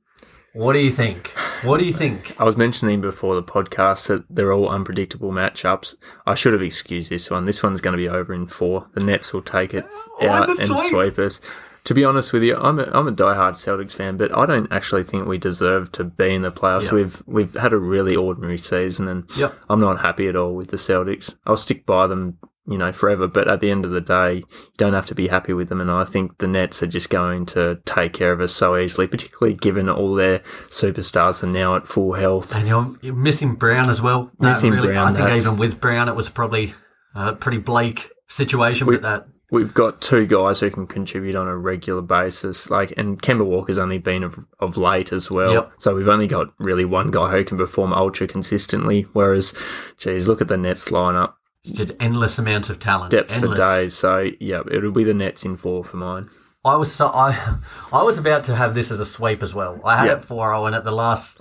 Speaker 2: What do you think? What do you think?
Speaker 4: I was mentioning before the podcast that they're all unpredictable matchups. I should have excused this one. This one's going to be over in four. The Nets will take it out
Speaker 2: Oh, the
Speaker 4: and
Speaker 2: sweep.
Speaker 4: sweep us. To be honest with you, I'm a, I'm a diehard Celtics fan, but I don't actually think we deserve to be in the playoffs.
Speaker 2: Yeah.
Speaker 4: We've we've had a really ordinary season, and
Speaker 2: Yep.
Speaker 4: I'm not happy at all with the Celtics. I'll stick by them, you know, forever. But at the end of the day, you don't have to be happy with them. And I think the Nets are just going to take care of us so easily, particularly given all their superstars are now at full health.
Speaker 2: And you're, you're missing Brown as well. That
Speaker 4: Missing
Speaker 2: really,
Speaker 4: Brown,
Speaker 2: I think
Speaker 4: that's-
Speaker 2: even with Brown, it was probably a pretty bleak situation. but that
Speaker 4: we've got two guys who can contribute on a regular basis. Like, and Kemba Walker's only been of, of late as well.
Speaker 2: Yep.
Speaker 4: So we've only got really one guy who can perform ultra consistently. Whereas, geez, look at the Nets lineup,
Speaker 2: it's just endless amounts of talent.
Speaker 4: depth for
Speaker 2: endless.
Speaker 4: days. So yeah, it'll be the Nets in four for mine.
Speaker 2: I was so, I, I was about to have this as a sweep as well. I had
Speaker 4: Yep.
Speaker 2: it 4-0 and at the last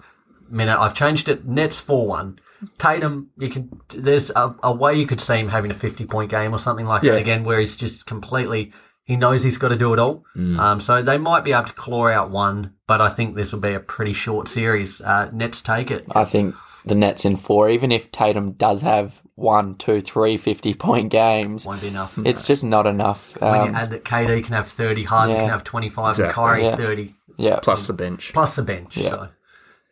Speaker 2: minute I've changed it. Nets four one. Tatum, you can there's a, a way you could see him having a fifty point game or something like
Speaker 4: Yeah.
Speaker 2: that again, where he's just completely he knows he's got to do it all. Um, so they might be able to claw out one, but I think this will be a pretty short series. Uh, Nets take it.
Speaker 3: I think the Nets in four, even if Tatum does have one, two, three 50 point games,
Speaker 2: Won't be enough.
Speaker 3: it's just not enough.
Speaker 2: when you
Speaker 3: Um,
Speaker 2: add that KD can have thirty, Harden
Speaker 3: Yeah.
Speaker 2: can have twenty five, and
Speaker 4: Exactly.
Speaker 2: Kyrie
Speaker 3: Yeah.
Speaker 2: thirty.
Speaker 3: yeah,
Speaker 4: Plus the bench.
Speaker 2: plus the bench. So.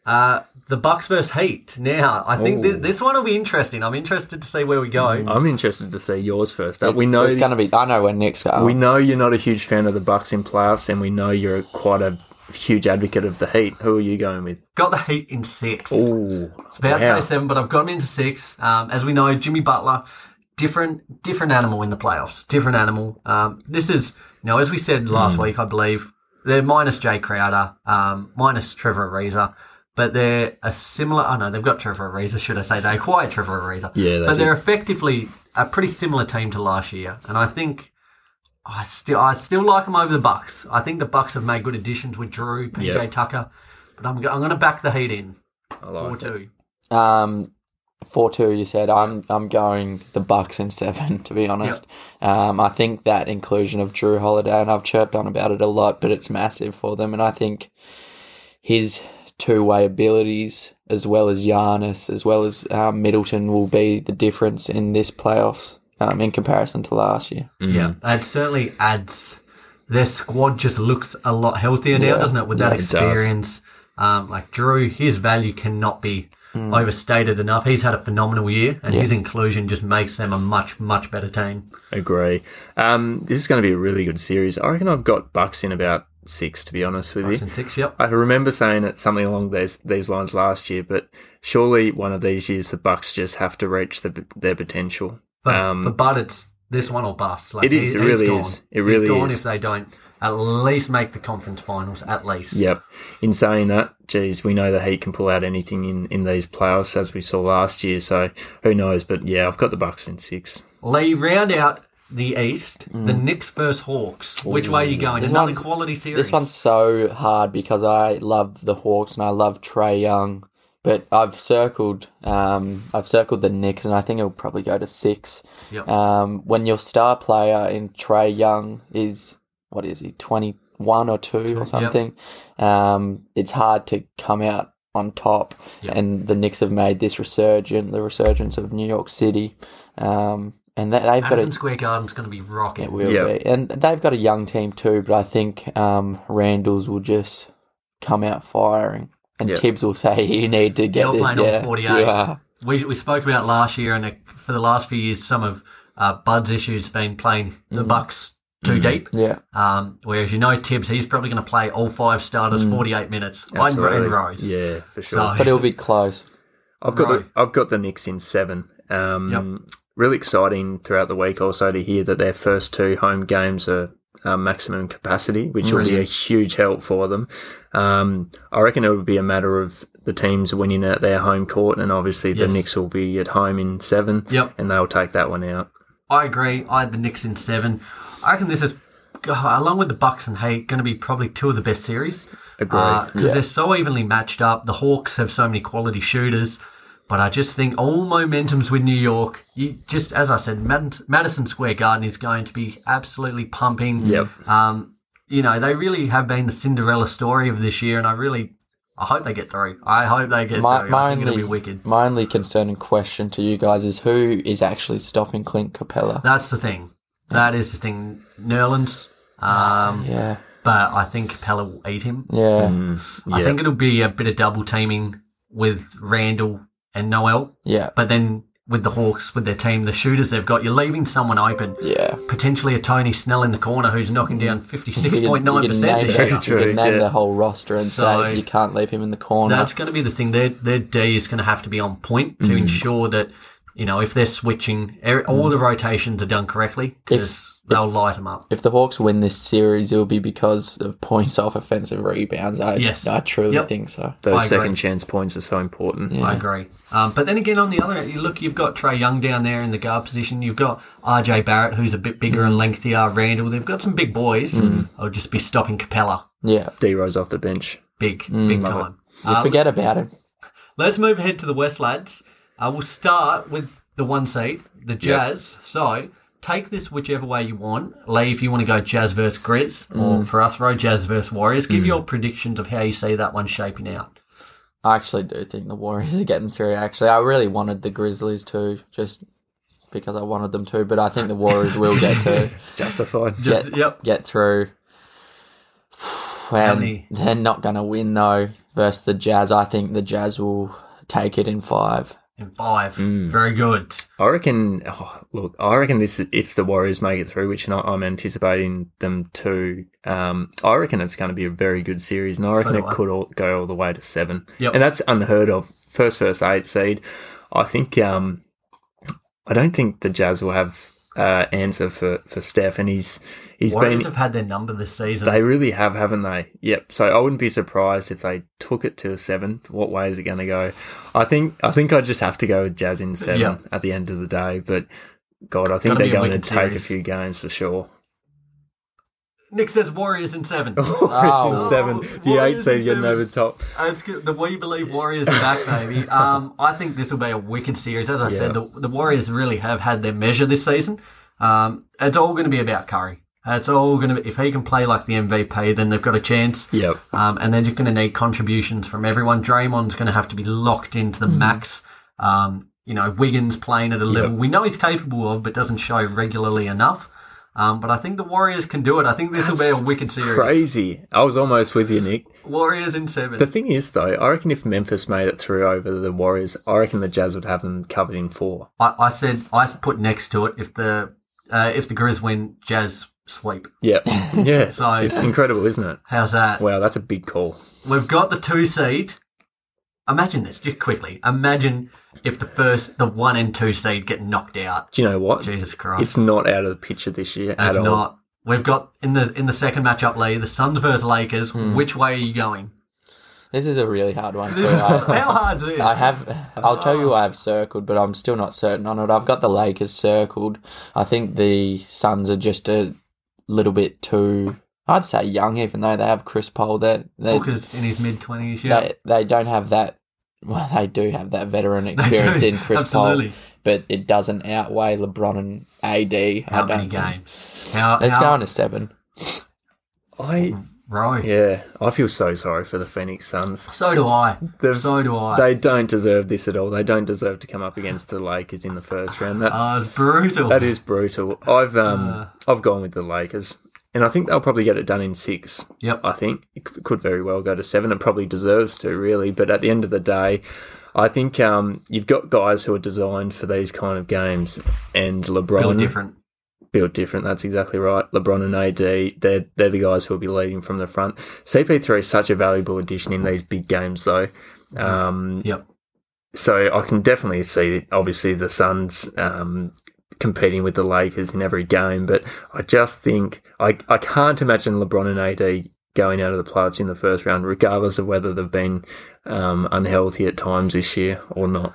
Speaker 2: Uh, the Bucks versus Heat. Now, I think th- this one will be interesting. I'm interested to see where we go.
Speaker 4: I'm interested to see yours first. Up. We know
Speaker 3: it's going to be. I know where Nick's going.
Speaker 4: we know you're not a huge fan of the Bucks in playoffs, and we know you're quite a huge advocate of the Heat. Who are you going with?
Speaker 2: Got the Heat in six.
Speaker 4: Ooh,
Speaker 2: It's about
Speaker 4: wow.
Speaker 2: to say seven, but I've got him into six. Um, as we know, Jimmy Butler, different different animal in the playoffs. Different animal. Um, this is you know, as we said
Speaker 4: Hmm.
Speaker 2: last week, I believe they're minus Jay Crowder, um, minus Trevor Ariza, but they're a similar. I oh know they've got Trevor Ariza. Should I say they acquired Trevor Ariza?
Speaker 4: Yeah, they
Speaker 2: but
Speaker 4: did.
Speaker 2: they're effectively a pretty similar team to last year, and I think. I still, I still like them over the Bucks. I think the Bucks have made good additions with Drew, PJ
Speaker 4: Yeah.
Speaker 2: Tucker, but I'm, go- I'm going to back the Heat in
Speaker 4: I
Speaker 2: four
Speaker 4: like it.
Speaker 2: two.
Speaker 3: Um, four two. You said I'm I'm going the Bucks in seven. To be honest, um, I think that inclusion of Drew Holiday and I've chirped on about it a lot, but it's massive for them, and I think his two way abilities as well as Giannis as well as um, Middleton will be the difference in this playoffs um, in comparison to last year.
Speaker 2: Yeah,
Speaker 4: Mm.
Speaker 2: that certainly adds. Their squad just looks a lot healthier now, doesn't it? With that
Speaker 4: Yeah, it does.
Speaker 2: experience, um, like Drew, his value cannot be
Speaker 4: Mm.
Speaker 2: overstated enough. He's had a phenomenal year, and his inclusion just makes them a much much better team.
Speaker 4: Agree. Um, this is going to be a really good series. I reckon I've got Bucks in about six, to be honest with you.
Speaker 2: Six and six, yep.
Speaker 4: I remember saying it something along these these lines last year, but surely one of these years the Bucks just have to reach the, their potential.
Speaker 2: For,
Speaker 4: um,
Speaker 2: for Bud, it's this one or bust. Like
Speaker 4: It is,
Speaker 2: he-
Speaker 4: it
Speaker 2: he's
Speaker 4: really
Speaker 2: gone.
Speaker 4: is. It really
Speaker 2: he's gone
Speaker 4: is.
Speaker 2: if they don't at least make the conference finals. At least,
Speaker 4: Yep. In saying that, geez, we know the Heat can pull out anything in, in these playoffs as we saw last year. So who knows? But yeah, I've got the Bucks in six.
Speaker 2: Lee, round out the East. The
Speaker 4: Mm.
Speaker 2: Knicks versus Hawks. Which way are you going?
Speaker 3: This
Speaker 2: Another
Speaker 3: one's-
Speaker 2: quality series.
Speaker 3: This one's so hard because I love the Hawks and I love Trey Young, but I've circled um, I've circled the Knicks and I think it'll probably go to six.
Speaker 2: Yep.
Speaker 3: Um, when your star player in Trey Young is what is he twenty one or two or something. Um, it's hard to come out on top,
Speaker 2: Yep.
Speaker 3: and the Knicks have made this resurgence, the resurgence of New York City, um, and that they've got a
Speaker 2: Madison Square Garden's going to be rocking.
Speaker 3: it will
Speaker 4: Yeah.
Speaker 3: be, and they've got a young team too. But I think um, Randall's will just come out firing, and
Speaker 4: Yeah.
Speaker 3: Tibbs will say, "You need to get
Speaker 2: You're
Speaker 3: this-
Speaker 2: playing all
Speaker 3: yeah,
Speaker 2: 48.
Speaker 3: you are."
Speaker 2: we, we spoke about last year, and uh, for the last few years, some of uh, Bud's issues been playing the
Speaker 4: Mm.
Speaker 2: Bucks too deep.
Speaker 3: Yeah,
Speaker 2: Um, whereas you know Tibbs, he's probably going to play all five starters, forty-eight minutes, one
Speaker 4: Mm. Absolutely.
Speaker 2: in rows.
Speaker 4: Yeah, for sure.
Speaker 2: So-
Speaker 3: but it'll be close.
Speaker 4: I've got
Speaker 2: Right.
Speaker 4: the, I've got the Knicks in seven. Um, Really exciting throughout the week also to hear that their first two home games are uh, maximum capacity, which will be a huge help for them. Um, I reckon it would be a matter of the teams winning at their home court, and obviously
Speaker 2: Yes.
Speaker 4: the Knicks will be at home in seven,
Speaker 2: Yep.
Speaker 4: and they'll take that one out.
Speaker 2: I agree. I had the Knicks in seven. I reckon this is, oh, along with the Bucks and Heat, going to be probably two of the best series
Speaker 4: Agree.
Speaker 2: because Uh, they're so evenly matched up. The Hawks have so many quality shooters, but I just think all momentum's with New York. You just as I said, Mad- Madison Square Garden is going to be absolutely pumping.
Speaker 4: Yep.
Speaker 2: Um, you know they really have been the Cinderella story of this year, and I really, I hope they get through. I hope they get
Speaker 3: My,
Speaker 2: through.
Speaker 3: my
Speaker 2: I think it'll
Speaker 3: only
Speaker 2: be wicked.
Speaker 3: my only concern and question to you guys is who is actually stopping Clint Capella?
Speaker 2: That's the thing. That is the thing. Nerlens. Um,
Speaker 3: Yeah,
Speaker 2: but I think Capella will eat him.
Speaker 3: yeah,
Speaker 4: Mm.
Speaker 2: I
Speaker 4: Yeah.
Speaker 2: think it'll be a bit of double teaming with Randall and Noel,
Speaker 3: yeah,
Speaker 2: but then with the Hawks, with their team, the shooters they've got, you're leaving someone open.
Speaker 3: yeah.
Speaker 2: Potentially a Tony Snell in the corner who's knocking down
Speaker 3: You can- you can
Speaker 2: 56.9%
Speaker 3: name
Speaker 2: this
Speaker 3: the-
Speaker 2: year.
Speaker 4: True,
Speaker 3: You can name
Speaker 4: yeah.
Speaker 3: the whole roster and
Speaker 2: So-
Speaker 3: say you can't leave him in the corner.
Speaker 2: That's going to be the thing. Their, their D is going to have to be on point
Speaker 3: Mm.
Speaker 2: to ensure that, you know, if they're switching, er- all the rotations are done correctly because they'll light them up.
Speaker 3: if the Hawks win this series, it'll be because of points off offensive rebounds. I,
Speaker 2: Yes.
Speaker 3: I truly
Speaker 2: Yep.
Speaker 3: think so.
Speaker 2: I
Speaker 4: Those
Speaker 2: agree.
Speaker 4: second chance points are so important.
Speaker 2: I agree. Um, but then again, on the other hand, you look, you've got Trey Young down there in the guard position. You've got RJ Barrett, who's a bit
Speaker 3: Mm.
Speaker 2: bigger and lengthier. Randall, they've got some big boys. I'll just be stopping Capella,
Speaker 3: Yeah,
Speaker 4: D Rose off the bench.
Speaker 2: big,
Speaker 3: Mm.
Speaker 2: big time.
Speaker 3: you forget about him.
Speaker 2: Let's move ahead to the West, lads. Uh, we'll start with the one seed, the Jazz. So take this whichever way you want. Lee, if you want to go Jazz versus Grizz, or
Speaker 4: Mm.
Speaker 2: for us, row Jazz versus Warriors, give your predictions of how you see that one shaping out.
Speaker 3: I actually do think the Warriors are getting through. Actually, I really wanted the Grizzlies to, just because I wanted them to. But I think the Warriors will get to
Speaker 4: It's justified.
Speaker 2: Just,
Speaker 3: Get-
Speaker 2: yep.
Speaker 3: get through. And
Speaker 2: many?
Speaker 3: they're not going to win though versus the Jazz. I think the Jazz will take it in five.
Speaker 2: In five.
Speaker 4: Mm.
Speaker 2: Very good.
Speaker 4: I reckon. oh, look, I reckon this. If the Warriors make it through, which I'm anticipating them to, um, I reckon it's going to be a very good series, and I reckon
Speaker 2: do
Speaker 4: it
Speaker 2: I.
Speaker 4: could all, go all the way to seven.
Speaker 2: Yep.
Speaker 4: and that's unheard of. First, first eight seed. I think. Um, I don't think the Jazz will have uh, answer for for Steph, and he's he's
Speaker 2: Warriors
Speaker 4: been
Speaker 2: have had their number this season.
Speaker 4: they really have, haven't they? Yep. So I wouldn't be surprised if they took it to a seven. What way is it going to go? I think I think I just have to go with Jazz in seven
Speaker 2: Yeah.
Speaker 4: at the end of the day. But God, I think
Speaker 2: Gotta
Speaker 4: they're
Speaker 2: be a
Speaker 4: going to
Speaker 2: wicked
Speaker 4: take a
Speaker 2: series.
Speaker 4: few games for sure.
Speaker 2: Nick says Warriors in seven.
Speaker 4: Warriors in seven, the eight
Speaker 2: Warriors in
Speaker 4: seed getting
Speaker 2: seven.
Speaker 4: over the top.
Speaker 2: Uh, it's good. The We Believe Warriors are back, baby. Um, I think this will be a wicked series. As I said, the, the Warriors really have had their measure this season. Um, it's all going to be about Curry. It's all going to be, if he can play like the MVP, then they've got a chance.
Speaker 4: Yep.
Speaker 2: Um, and then you're going to need contributions from everyone. Draymond's going to have to be locked into
Speaker 4: Hmm.
Speaker 2: the max. Um, you know, Wiggins playing at a level we know he's capable of, but doesn't show regularly enough. Um, but I think the Warriors can do it. I think this will be a wicked series.
Speaker 4: Crazy. I was almost with you, Nick.
Speaker 2: Warriors in seven.
Speaker 4: The thing is, though, I reckon if Memphis made it through over the Warriors, I reckon the Jazz would have them covered in four.
Speaker 2: I, I said I put next to it if the uh, if the Grizz win, Jazz sweep.
Speaker 4: Yep. Yeah.
Speaker 2: So-
Speaker 4: it's incredible, isn't it?
Speaker 2: How's that?
Speaker 4: Wow, that's a big call.
Speaker 2: We've got the two seed. Imagine this, just quickly. Imagine if the first, the one and two seed get knocked out.
Speaker 4: Do you know what?
Speaker 2: Jesus Christ,
Speaker 4: It's not out of the picture this year
Speaker 2: that's
Speaker 4: at all.
Speaker 2: not. We've got in the in the second matchup, Lee, the Suns versus Lakers.
Speaker 3: Hmm.
Speaker 2: Which way are you going?
Speaker 3: This is a really hard one. Too. I-
Speaker 2: How hard is this?
Speaker 3: I have. I'll tell you, I have circled, but I'm still not certain on it. I've got the Lakers circled. I think the Suns are just a little bit too. I'd say young, even though they have Chris Paul. They they
Speaker 2: Booker's in his mid twenties. Yeah,
Speaker 3: they, they don't have that. Well, they do have that veteran experience
Speaker 2: do,
Speaker 3: in Chris
Speaker 2: absolutely.
Speaker 3: Paul, but it doesn't outweigh LeBron and AD. I
Speaker 2: how
Speaker 3: don't
Speaker 2: many
Speaker 3: think.
Speaker 2: games? How,
Speaker 3: It's
Speaker 2: how,
Speaker 3: going to seven.
Speaker 4: I
Speaker 2: Rowe.
Speaker 4: yeah, I feel so sorry for the Phoenix Suns.
Speaker 2: So do I.
Speaker 4: They've-
Speaker 2: So do I.
Speaker 4: They don't deserve this at all. They don't deserve to come up against the Lakers in the first round. That's
Speaker 2: Oh, it's brutal.
Speaker 4: that is brutal. I've um I've gone with the Lakers, and I think they'll probably get it done in six.
Speaker 2: Yep.
Speaker 4: I think it c- could very well go to seven. It probably deserves to, really. But at the end of the day, I think um, you've got guys who are designed for these kind of games, and LeBron
Speaker 2: Feel different.
Speaker 4: built different. That's exactly right. LeBron and AD, they're they're the guys who will be leading from the front. CP3 is such a valuable addition in these big games, though. Um,
Speaker 2: Yep.
Speaker 4: so I can definitely see, obviously, the Suns um, competing with the Lakers in every game. But I just think I, I can't imagine LeBron and AD going out of the playoffs in the first round, regardless of whether they've been um, unhealthy at times this year or not.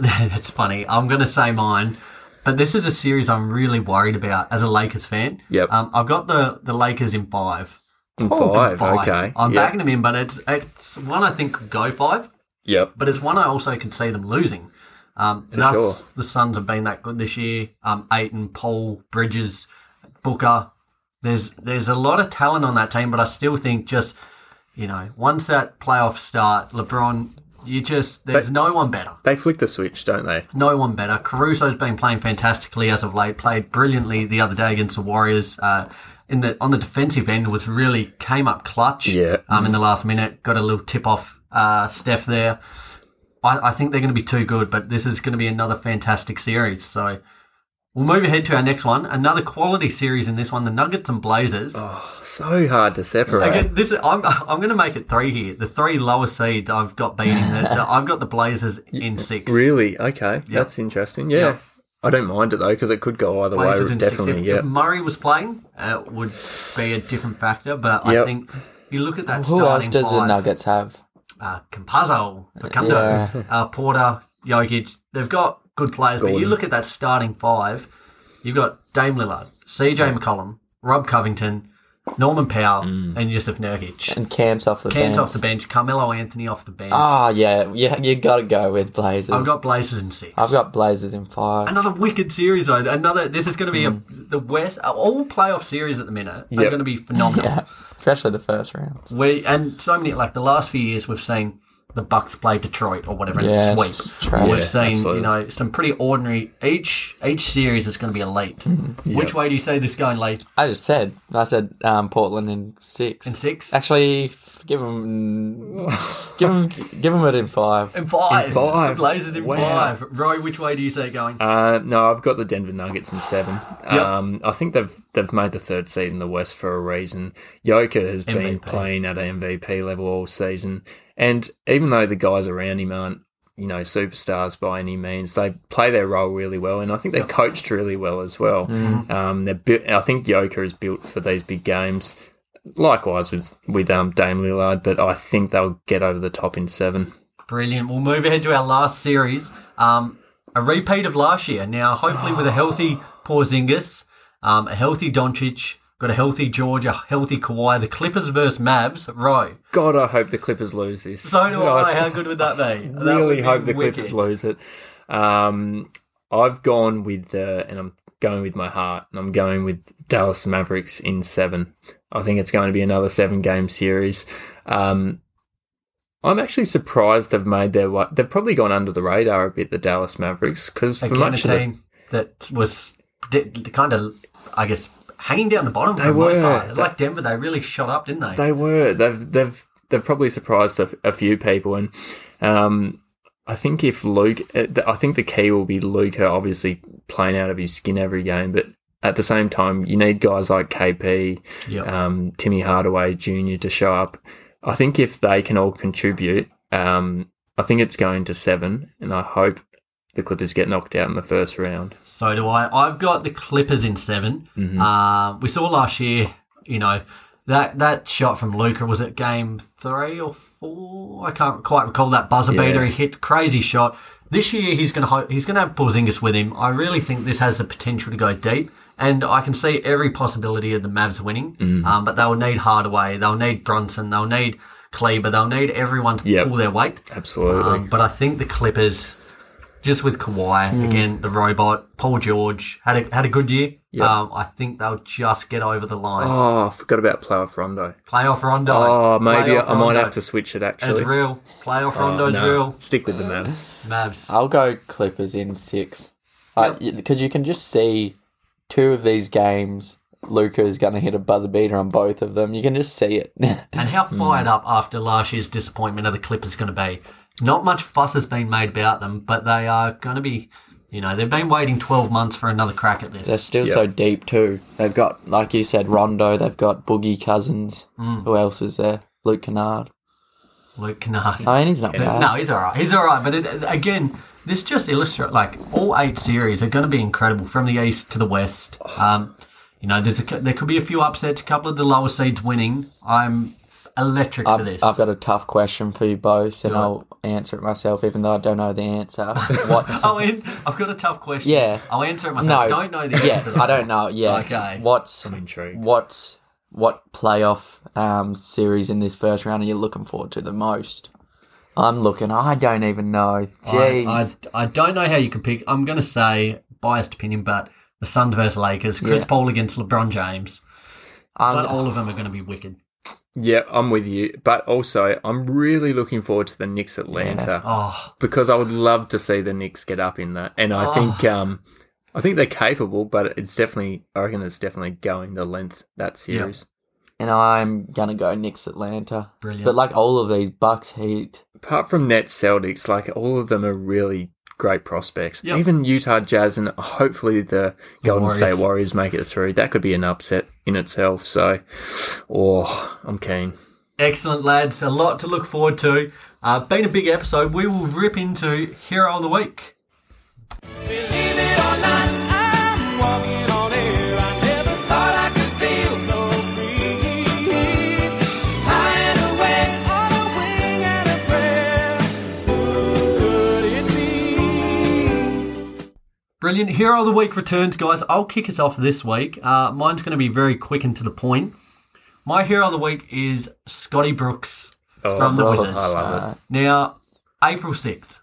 Speaker 2: That's funny. I'm going to say mine, but this is a series I'm really worried about as a Lakers fan.
Speaker 4: Yep.
Speaker 2: Um, I've got the, the Lakers in five.
Speaker 4: In
Speaker 2: In
Speaker 4: five, okay.
Speaker 2: I'm
Speaker 4: yep.
Speaker 2: backing them in, but it's, it's one I think could go five,
Speaker 4: Yep.
Speaker 2: but it's one I also can see them losing. Um, thus,
Speaker 4: sure.
Speaker 2: the Suns have been that good this year. Um, Aiton, Paul, Bridges, Booker. There's there's a lot of talent on that team, but I still think just you know once that playoff start, LeBron, you just there's no one better.
Speaker 4: They flick the switch, don't they?
Speaker 2: No one better. Caruso's been playing fantastically as of late. Played brilliantly the other day against the Warriors. Uh, in the on the defensive end was really came up clutch.
Speaker 4: Yeah.
Speaker 2: Um, in the last minute, got a little tip off uh, Steph there. I, I think they're going to be too good, but this is going to be another fantastic series. So we'll move ahead to our next one. Another quality series in this one: the Nuggets and Blazers.
Speaker 4: Oh, So hard to separate.
Speaker 2: Again, this I'm I'm going to make it three here. The three lowest seeds I've got beating. The, the- I've got the Blazers in six.
Speaker 4: Really? Okay. That's interesting. Yeah. I don't mind it though because it could go either
Speaker 2: Blazers
Speaker 4: way.
Speaker 2: in
Speaker 4: Definitely.
Speaker 2: sixth. If,
Speaker 4: Yeah.
Speaker 2: if Murray was playing, uh, it would be a different factor. But I
Speaker 4: Yep.
Speaker 2: think you look at that
Speaker 3: Who else
Speaker 2: starting
Speaker 3: does the
Speaker 2: five,
Speaker 3: Nuggets have?
Speaker 2: Uh, Campazzo, Facundo,
Speaker 3: Yeah.
Speaker 2: uh, Porter, Jokic. They've got good players, but you
Speaker 4: Gordon.
Speaker 2: look at that starting five. You've got Dame Lillard, CJ McCollum, Rob Covington, Norman Powell,
Speaker 4: Mm.
Speaker 2: and Yusuf Nurkic.
Speaker 3: And Camps off the
Speaker 2: Cans
Speaker 3: bench.
Speaker 2: off the bench, Carmelo Anthony off the bench.
Speaker 3: Ah, yeah, yeah, you got to go with Blazers.
Speaker 2: I've got Blazers in six.
Speaker 3: I've got Blazers in five.
Speaker 2: another wicked series though. Another this is going to be a, the West all playoff series at the minute are
Speaker 4: Mm. Yep.
Speaker 2: going to be phenomenal.
Speaker 3: Yeah, especially the first round.
Speaker 2: We and so many like the last few years we've seen the Bucks play Detroit or whatever
Speaker 3: Yeah,
Speaker 2: and sweep.
Speaker 3: it's trash.
Speaker 2: We've
Speaker 4: Yeah,
Speaker 2: seen
Speaker 4: absolutely.
Speaker 2: you know some pretty ordinary each each series is going to be elite.
Speaker 4: Mm-hmm.
Speaker 2: Which way do you say this going late
Speaker 3: I just said, I said um, Portland in six.
Speaker 2: in six
Speaker 3: Actually, f- give them, give them, give them it in five.
Speaker 2: in five?
Speaker 4: In five.
Speaker 2: The Blazers in
Speaker 4: Wow.
Speaker 2: five. Roy, which way do you say it going?
Speaker 4: Uh, no, I've got the Denver Nuggets in seven.
Speaker 2: Yep.
Speaker 4: Um, I think they've they've made the third seed in the West for a reason. Joker has been
Speaker 2: MVP.
Speaker 4: playing at an MVP level all season, and even though the guys around him aren't you know superstars by any means, they play their role really well, and I think they're coached really well as well.
Speaker 2: Mm-hmm.
Speaker 4: Um, they're bu- I think Joker is built for these big games. Likewise with with um, Dame Lillard, but I think they'll get over the top in seven.
Speaker 2: Brilliant. We'll move ahead to our last series. Um, a repeat of last year. Now, hopefully, with a healthy Porzingis, um, a healthy Doncic, got a healthy George, a healthy Kawhi. The Clippers versus Mavs. Roy.
Speaker 4: God, I hope the Clippers lose this.
Speaker 2: So do
Speaker 4: I
Speaker 2: I. How good would that be? That would
Speaker 4: really
Speaker 2: be
Speaker 4: hope the
Speaker 2: wicked.
Speaker 4: Clippers lose it. Um, I've gone with the, and I'm going with my heart, and I'm going with Dallas Mavericks in seven. I think it's going to be another seven game series. Um, I'm actually surprised they've made their way. They've probably gone under the radar a bit, the Dallas Mavericks, because for
Speaker 2: Again,
Speaker 4: much
Speaker 2: a
Speaker 4: of the,
Speaker 2: team that was di- kind of, I guess, hanging down the bottom for the
Speaker 4: were.
Speaker 2: most part.
Speaker 4: They-
Speaker 2: Like Denver, they really shot up, didn't they?
Speaker 4: They were. They've they've they've probably surprised a, a few people, and um, I think if Luke, uh, th- I think the key will be Luca obviously playing out of his skin every game, but at the same time, you need guys like KP,
Speaker 2: Yep.
Speaker 4: um, Timmy Hardaway Jr. to show up. I think if they can all contribute, um, I think it's going to seven, and I hope the Clippers get knocked out in the first round.
Speaker 2: So do I. I've got the Clippers in 7
Speaker 4: Mm-hmm.
Speaker 2: Uh, we saw last year, you know, that that shot from Luca was it game three or four? I can't quite recall that buzzer
Speaker 4: Yeah.
Speaker 2: beater he hit. Crazy shot. This year he's going to he's going to have Porzingis with him. I really think this has the potential to go deep, and I can see every possibility of the Mavs winning.
Speaker 4: Mm-hmm.
Speaker 2: Um, but they'll need Hardaway, they'll need Bronson, they'll need Kleber, they'll need everyone to
Speaker 4: Yep.
Speaker 2: pull their weight.
Speaker 4: Absolutely.
Speaker 2: Um, but I think the Clippers just with Kawhi
Speaker 4: Hmm.
Speaker 2: again, the robot. Paul George had a had a good year.
Speaker 4: Yeah.
Speaker 2: Um, I think they'll just get over the line.
Speaker 4: Oh, I forgot about Playoff Rondo.
Speaker 2: Playoff Rondo.
Speaker 4: Oh, maybe
Speaker 2: Playoff
Speaker 4: I might
Speaker 2: Rondo.
Speaker 4: have to switch
Speaker 2: It's
Speaker 4: it actually. Oh,
Speaker 2: real. Playoff Rondo's
Speaker 4: No, Uh,
Speaker 2: real.
Speaker 4: Stick with the Mavs.
Speaker 2: Mavs.
Speaker 3: I'll go Clippers in six. Because you can just see two of these games, Luca is going to hit a buzzer beater on both of them. You can just see it.
Speaker 2: And how
Speaker 4: hmm.
Speaker 2: fired up after last year's disappointment are the Clippers going to be? Not much fuss has been made about them, but they are going to be, you know, they've been waiting 12 months for another crack at this.
Speaker 3: They're still so deep, too. They've got, like you said, Rondo. They've got Boogie Cousins. Who else is there? Luke Kennard.
Speaker 2: Luke Kennard.
Speaker 3: I mean, he's not bad.
Speaker 2: No, he's all right. He's all right. But it, again, this just illustrates like all eight series are going to be incredible from the east to the west.
Speaker 3: Oh.
Speaker 2: Um, you know, there's a, cou- there could be a few upsets, a couple of the lower seeds winning. I'm electric for this.
Speaker 3: I've got a tough question for you both, and I'll answer it myself, even though I don't know the answer. What's
Speaker 2: I'll an- I've got a tough question.
Speaker 3: Yeah.
Speaker 2: I'll answer it myself.
Speaker 3: no?
Speaker 2: I Oh, don't know the answer.
Speaker 3: Yeah,
Speaker 2: though.
Speaker 3: I don't know. Yeah,
Speaker 2: Okay.
Speaker 3: What's
Speaker 4: I'm intrigued.
Speaker 3: What what playoff um, series in this first round are you looking forward to the most? I'm looking. I don't even know. Jeez.
Speaker 2: I, I, I don't know how you can pick. I'm going to say biased opinion, but the Suns versus Lakers, Chris
Speaker 3: Yeah.
Speaker 2: Paul against LeBron James.
Speaker 3: I'm-
Speaker 2: But all of them are going to be wicked.
Speaker 4: Yeah, I'm with you. But also, I'm really looking forward to the Knicks Atlanta
Speaker 2: Oh,
Speaker 4: because I would love to see the Knicks get up in that. And I think um, I think they're capable, but it's definitely I reckon it's definitely going the length that series.
Speaker 3: and I'm gonna go Knicks Atlanta.
Speaker 2: Brilliant.
Speaker 3: But like all of these, Bucks Heat.
Speaker 4: Apart from Nets Celtics, like all of them are really great prospects.
Speaker 2: Yep.
Speaker 4: Even Utah Jazz and hopefully the Golden
Speaker 2: Warriors.
Speaker 4: State Warriors make it through. That could be an upset in itself. So, oh, I'm keen.
Speaker 2: excellent, lads. A lot to look forward to. Uh, been a big episode. We will rip into Hero of the Week.
Speaker 1: Believe it or not, I'm walking on air. I never thought I could feel so free. High and away on a wing and a prayer. Who could it be?
Speaker 2: Brilliant. Hero of the Week returns, guys. I'll kick us off this week. Uh, mine's going to be very quick and to the point. My Hero of the Week is Scotty Brooks from the
Speaker 3: love it.
Speaker 2: Wizards.
Speaker 4: I love it.
Speaker 2: Now, April 6th,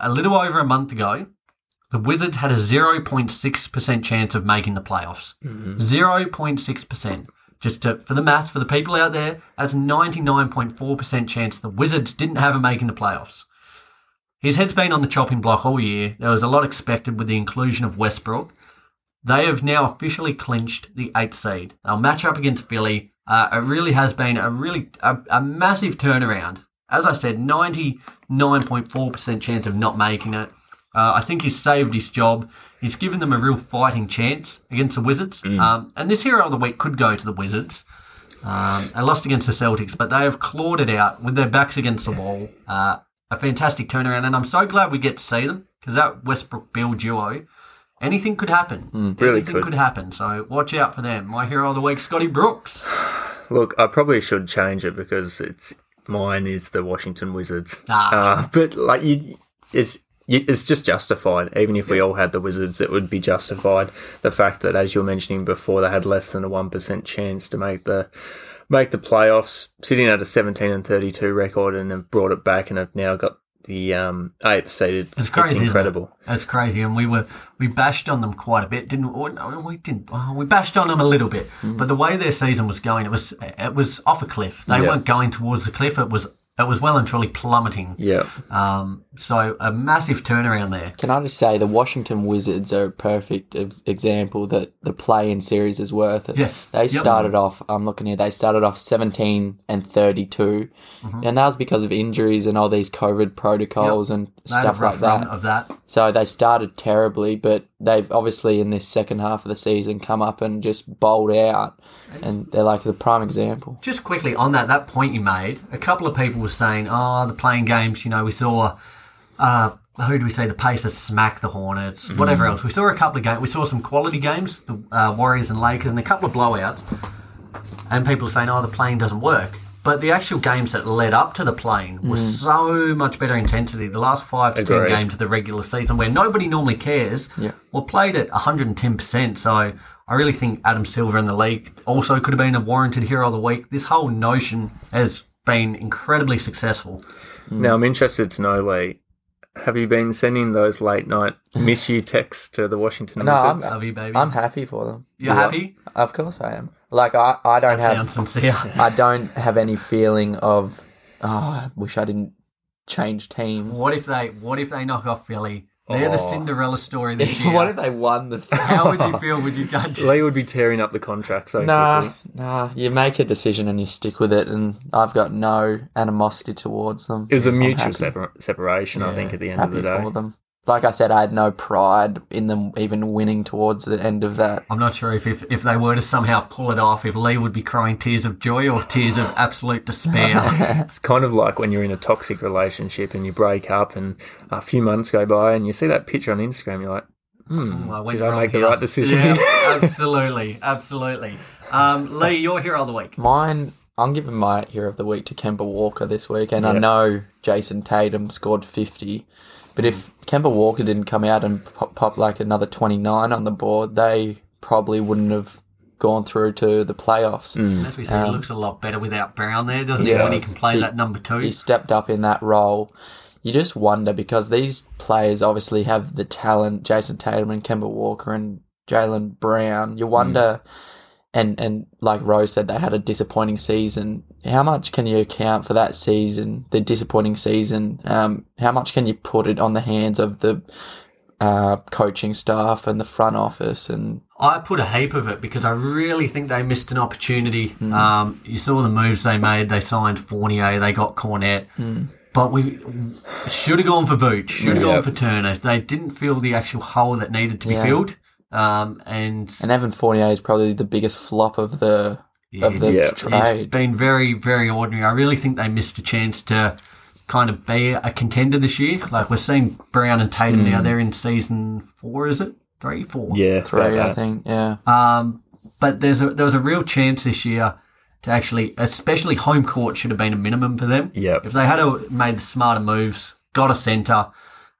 Speaker 2: a little over a month ago, the Wizards had a 0.6% chance of making the playoffs. 0.6%. Just to, for the math, for the people out there, that's 99.4% chance the Wizards didn't have a making the playoffs. His head's been on the chopping block all year. There was a lot expected with the inclusion of Westbrook. They have now officially clinched the eighth seed. They'll match up against Philly. Uh, it really has been a really a, a massive turnaround. As I said, ninety nine point four percent chance of not making it. Uh, I think he's saved his job. He's given them a real fighting chance against the Wizards. Um, and this hero of the week could go to the Wizards. Um, they lost against the Celtics, but they have clawed it out with their backs against the wall. Uh, a fantastic turnaround, and I'm so glad we get to see them because that Westbrook Bill duo, anything could happen.
Speaker 4: Hmm, Really
Speaker 2: anything
Speaker 4: could.
Speaker 2: could happen. So watch out for them. My hero of the week, Scotty Brooks.
Speaker 4: Look, I probably should change it because it's mine is the Washington Wizards.
Speaker 2: Ah.
Speaker 4: Uh, but like you, it's you, it's just justified. Even if we all had the Wizards, it would be justified. The fact that, as you were mentioning before, they had less than a one percent chance to make the make the playoffs, sitting at a seventeen and thirty two record, and have brought it back, and have now got the um, eighth seeded.
Speaker 2: It's crazy. isn't it?
Speaker 4: incredible.
Speaker 2: That's crazy, and we were we bashed on them quite a bit, didn't we? Or no, we didn't. Oh, we bashed on them a little bit,
Speaker 4: Hmm.
Speaker 2: but the way their season was going, it was it was off a cliff. They
Speaker 4: Yeah.
Speaker 2: weren't going towards the cliff. It was it was well and truly plummeting.
Speaker 4: Yeah.
Speaker 2: Um, so a massive turnaround there.
Speaker 3: Can I just say the Washington Wizards are a perfect ex- example that the play-in series is worth it.
Speaker 2: Yes.
Speaker 3: they
Speaker 2: Yep.
Speaker 3: started off. I'm looking here. They started off 17 and 32,
Speaker 2: Mm-hmm.
Speaker 3: and that was because of injuries and all these COVID protocols and
Speaker 2: They had a
Speaker 3: stuff like
Speaker 2: rough run
Speaker 3: that.
Speaker 2: of that.
Speaker 3: So they started terribly, but they've obviously in this second half of the season come up and just bowled out, and they're like the prime example.
Speaker 2: Just quickly on that that point you made, a couple of people were saying, "Oh, the playing games." You know, we saw. Uh, who do we say? The Pacers smack the Hornets. Whatever else, we saw a couple of games. We saw some quality games, the uh, Warriors and Lakers, and a couple of blowouts. And people are saying, "Oh, the playing doesn't work." But the actual games that led up to the playing were so much better intensity. The last five to ten
Speaker 4: Agree.
Speaker 2: games of the regular season, where nobody normally cares,
Speaker 3: Yeah.
Speaker 2: were played at 110. percent So I really think Adam Silver in the league also could have been a warranted hero of the week. This whole notion has been incredibly successful.
Speaker 4: Now I'm interested to know, Lee, have you been sending those late night miss you texts to the Washington
Speaker 3: No, I'm-
Speaker 4: Wizards?
Speaker 2: Love you, baby.
Speaker 3: I'm happy for them.
Speaker 2: You're happy?
Speaker 3: Of course I am. Like I, I don't have
Speaker 2: Sounds sincere.
Speaker 3: I don't have any feeling of oh, I wish I didn't change team.
Speaker 2: What if they? What if they knock off Philly? They're the
Speaker 4: Oh.
Speaker 2: Cinderella story this year.
Speaker 3: what if they won the thing?
Speaker 2: How would you feel? Would you judge?
Speaker 4: Lee would be tearing up the contract so
Speaker 3: Nah,
Speaker 4: quickly.
Speaker 3: nah. You make a decision and you stick with it, and I've got no animosity towards them.
Speaker 4: It was a
Speaker 3: I'm
Speaker 4: mutual
Speaker 3: happy-
Speaker 4: separ- separation, I think, at the end of
Speaker 3: happy
Speaker 4: the day.
Speaker 3: for them. Like I said, I had no pride in them even winning towards the end of that.
Speaker 2: I'm not sure if, if if they were to somehow pull it off, if Lee would be crying tears of joy or tears of absolute despair. Oh,
Speaker 4: It's kind of like when you're in a toxic relationship and you break up, and a few months go by, and you see that picture on Instagram, you're like,
Speaker 2: I went
Speaker 4: "Did I
Speaker 2: wrong
Speaker 4: make the
Speaker 2: here.
Speaker 4: right decision?"
Speaker 2: Yeah, absolutely, absolutely. Um, Lee, you're here all the week.
Speaker 3: Mine, I'm giving my hero of the week to Kemba Walker this week, and I
Speaker 4: Yep.
Speaker 3: know Jason Tatum scored 50, but if Kemba Walker didn't come out and pop, pop like another 29 on the board, they probably wouldn't have gone through to the playoffs.
Speaker 2: As we said, he looks a lot better without Brown there, doesn't he?
Speaker 4: Um, Yeah,
Speaker 2: When he can play
Speaker 3: he-
Speaker 2: that number two.
Speaker 3: He stepped up in that role. You just wonder because these players obviously have the talent, Jason Tatum and Kemba Walker and Jalen Brown.
Speaker 4: Mm.
Speaker 3: You wonder, and and like Rose said, they had a disappointing season. How much can you account for that season, the disappointing season? Um, how much can you put it on the hands of the uh, coaching staff and the front office? And
Speaker 2: I put a heap of it because I really think they missed an opportunity. Um, you saw the moves they made. They signed Fournier. They got Cornette. But we should have gone for Vooch. Should have gone for Turner. They didn't fill the actual hole that needed to be
Speaker 3: Yeah.
Speaker 2: filled. Um, and
Speaker 3: and Evan Fournier is probably the biggest flop of the of the
Speaker 4: Yeah.
Speaker 2: it's
Speaker 3: trade.
Speaker 2: been very, very ordinary. I really think they missed a chance to kind of be a contender this year. Like we're seeing Brown and Tatum now. They're in season four, is it? Three, four.
Speaker 4: yeah, about
Speaker 3: Three, I
Speaker 4: that.
Speaker 3: think. Yeah.
Speaker 2: Um, but there's a, there was a real chance this year to actually, especially home court, should have been a minimum for them.
Speaker 4: Yep.
Speaker 2: If they had a, made the smarter moves, got a centre,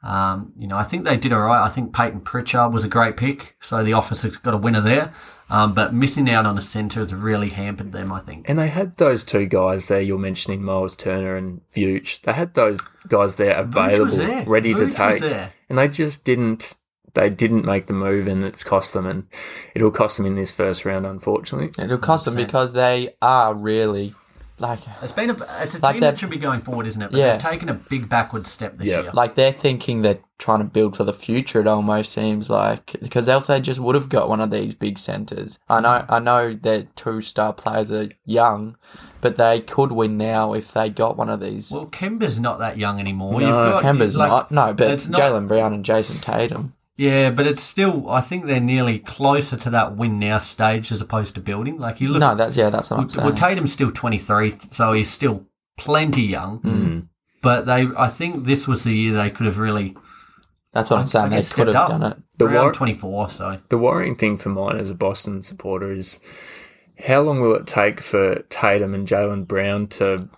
Speaker 2: um, you know, I think they did all right. I think Peyton Pritchard was a great pick, so the office has got a winner there. Um, but missing out on a centre has really hampered them, I think.
Speaker 4: And they had those two guys there you're mentioning, Miles Turner and Vuce. They had those guys there available,
Speaker 2: was there.
Speaker 4: ready
Speaker 2: Vooch
Speaker 4: to
Speaker 2: was
Speaker 4: take,
Speaker 2: there.
Speaker 4: and they just didn't. They didn't make the move, and it's cost them, and it'll cost them in this first round, unfortunately.
Speaker 3: It'll cost them because they are really like
Speaker 2: It's been a, it's a
Speaker 3: Like
Speaker 2: team
Speaker 3: that-
Speaker 2: that should be going forward, isn't it? But
Speaker 3: Yeah.
Speaker 2: they've taken a big backward step this
Speaker 4: Yeah.
Speaker 2: year.
Speaker 3: like they're thinking they're trying to build for the future. It almost seems like because else they just would have got one of these big centers. I know I know their two star players are young, but they could win now if they got one of these.
Speaker 2: well, Kemba's not that young anymore.
Speaker 4: No,
Speaker 3: Kemba's
Speaker 2: like-
Speaker 3: not no, but
Speaker 2: it's not-
Speaker 3: Jalen Brown and Jason Tatum.
Speaker 2: Yeah, but it's still. I think they're nearly closer to that win now stage as opposed to building. Like you look,
Speaker 3: No, uh, that's yeah, that's what I'm saying.
Speaker 2: well, Tatum's still twenty three, so he's still plenty young.
Speaker 3: Hmm.
Speaker 2: But they, I think this was the year they could have really.
Speaker 3: that's what I'm saying.
Speaker 2: I
Speaker 3: They
Speaker 2: guess
Speaker 3: could
Speaker 2: stepped up.
Speaker 3: have done it.
Speaker 4: The
Speaker 2: Around
Speaker 4: war-
Speaker 2: twenty four, so
Speaker 4: The worrying thing for mine as a Boston supporter is how long will it take for Tatum and Jalen Brown to,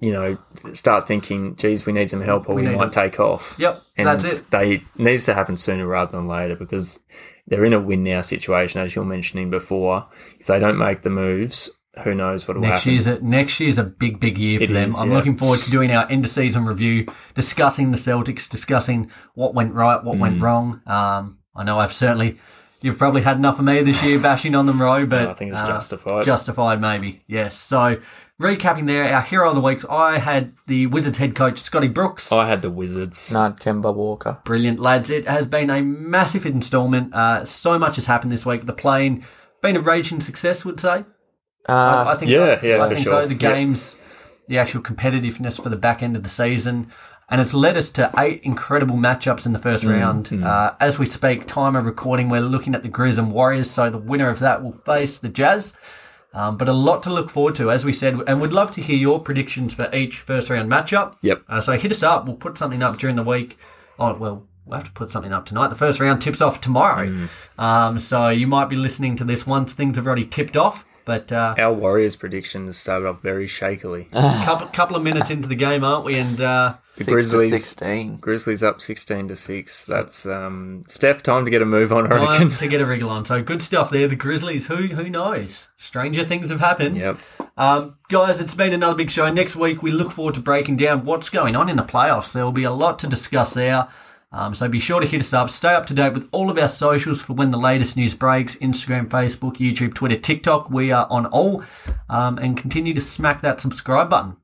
Speaker 4: you know, start thinking, geez, we need some help or we,
Speaker 2: need
Speaker 4: might take off.
Speaker 2: Yep,
Speaker 4: And
Speaker 2: that's it.
Speaker 4: They it needs to happen sooner rather than later because they're in a win now situation, as you were mentioning before. If they don't make the moves, who knows what will
Speaker 2: next
Speaker 4: happen.
Speaker 2: year's a, next year's a big, big year for
Speaker 4: It
Speaker 2: them.
Speaker 4: is,
Speaker 2: I'm
Speaker 4: yeah.
Speaker 2: looking forward to doing our end of season review, discussing the Celtics, discussing what went right, what went
Speaker 3: Hmm.
Speaker 2: wrong. Um, I know I've certainly. You've probably had enough of me this year bashing on them, Roy, but uh,
Speaker 4: I think it's justified.
Speaker 2: Justified, maybe. Yes. So, recapping there, our hero of the weeks, I had the Wizards head coach, Scotty Brooks.
Speaker 4: I had the Wizards.
Speaker 3: No, Kemba Walker.
Speaker 2: Brilliant, lads. It has been a massive installment. Uh, so much has happened this week. The plane, been a raging success, would say. I, I think
Speaker 4: Uh, yeah,
Speaker 2: so.
Speaker 4: yeah,
Speaker 2: I
Speaker 4: for
Speaker 2: think so.
Speaker 4: sure.
Speaker 2: The
Speaker 4: Yeah.
Speaker 2: games, the actual competitiveness for the back end of the season, and it's led us to eight incredible matchups in the
Speaker 4: Mm-hmm.
Speaker 2: first round. Uh, as we speak, time of recording, we're looking at the Grizz and Warriors, so the winner of that will face the Jazz. Um, but a lot to look forward to, as we said, and we'd love to hear your predictions for each first round matchup.
Speaker 4: Yep.
Speaker 2: Uh, so hit us up. We'll put something up during the week. Oh, well, we'll have to put something up tonight. The
Speaker 4: Mm.
Speaker 2: first round tips off tomorrow. Um, so you might be listening to this once things have already tipped off. But uh,
Speaker 4: Our Warriors predictions started off very shakily.
Speaker 2: couple couple of minutes into the game, aren't we? And uh,
Speaker 4: The
Speaker 3: Six to
Speaker 4: Grizzlies-
Speaker 3: sixteen.
Speaker 4: Grizzlies up sixteen to six. That's um, Steph. Time to get a move on. I
Speaker 2: time
Speaker 4: reckon.
Speaker 2: to get a wriggle on. So good stuff there. The Grizzlies. Who who knows? Stranger things have happened.
Speaker 4: Yep.
Speaker 2: Um, guys, it's been another big show. Next week, we look forward to breaking down what's going on in the playoffs. There will be a lot to discuss there. Um, so be sure to hit us up. Stay up to date with all of our socials for when the latest news breaks Instagram, Facebook, YouTube, Twitter, TikTok. We are on all. Um, and continue to smack that subscribe button.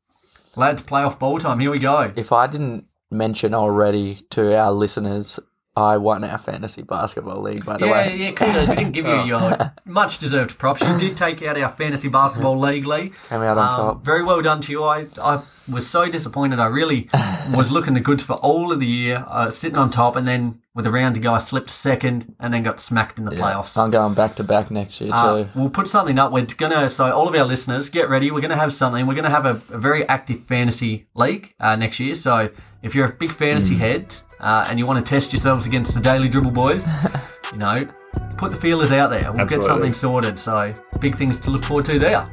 Speaker 2: Lads, playoff ball time. Here we go.
Speaker 3: If I didn't mention already to our listeners, I won our fantasy basketball league. By the
Speaker 2: Yeah,
Speaker 3: way, Oh.
Speaker 2: yeah, kudos. We didn't give you your much deserved props. You did take out our fantasy basketball league, Lee. Um,
Speaker 3: Came out on top.
Speaker 2: Very well done to you. I, I was so disappointed. I really was looking the goods for all of the year, uh, sitting on top, and then with a round to go, I slipped second and then got smacked in the playoffs.
Speaker 3: I'm going back to back next year too.
Speaker 2: Uh, we'll put something up. We're gonna so all of our listeners get ready. We're gonna have something. We're gonna have a, a very active fantasy league uh, next year. So if you're a big fantasy head uh, and you want to test yourselves against the Daily Dribble Boys, you know, put the feelers out there. We'll get
Speaker 4: Absolutely.
Speaker 2: something sorted. So big things to look forward to there.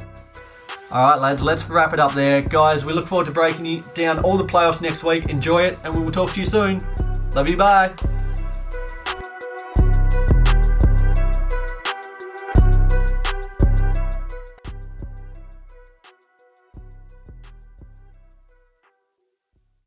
Speaker 2: All right, lads, let's wrap it up there, guys. We look forward to breaking you down all the playoffs next week. Enjoy it, and we will talk to you soon. Love you. Bye.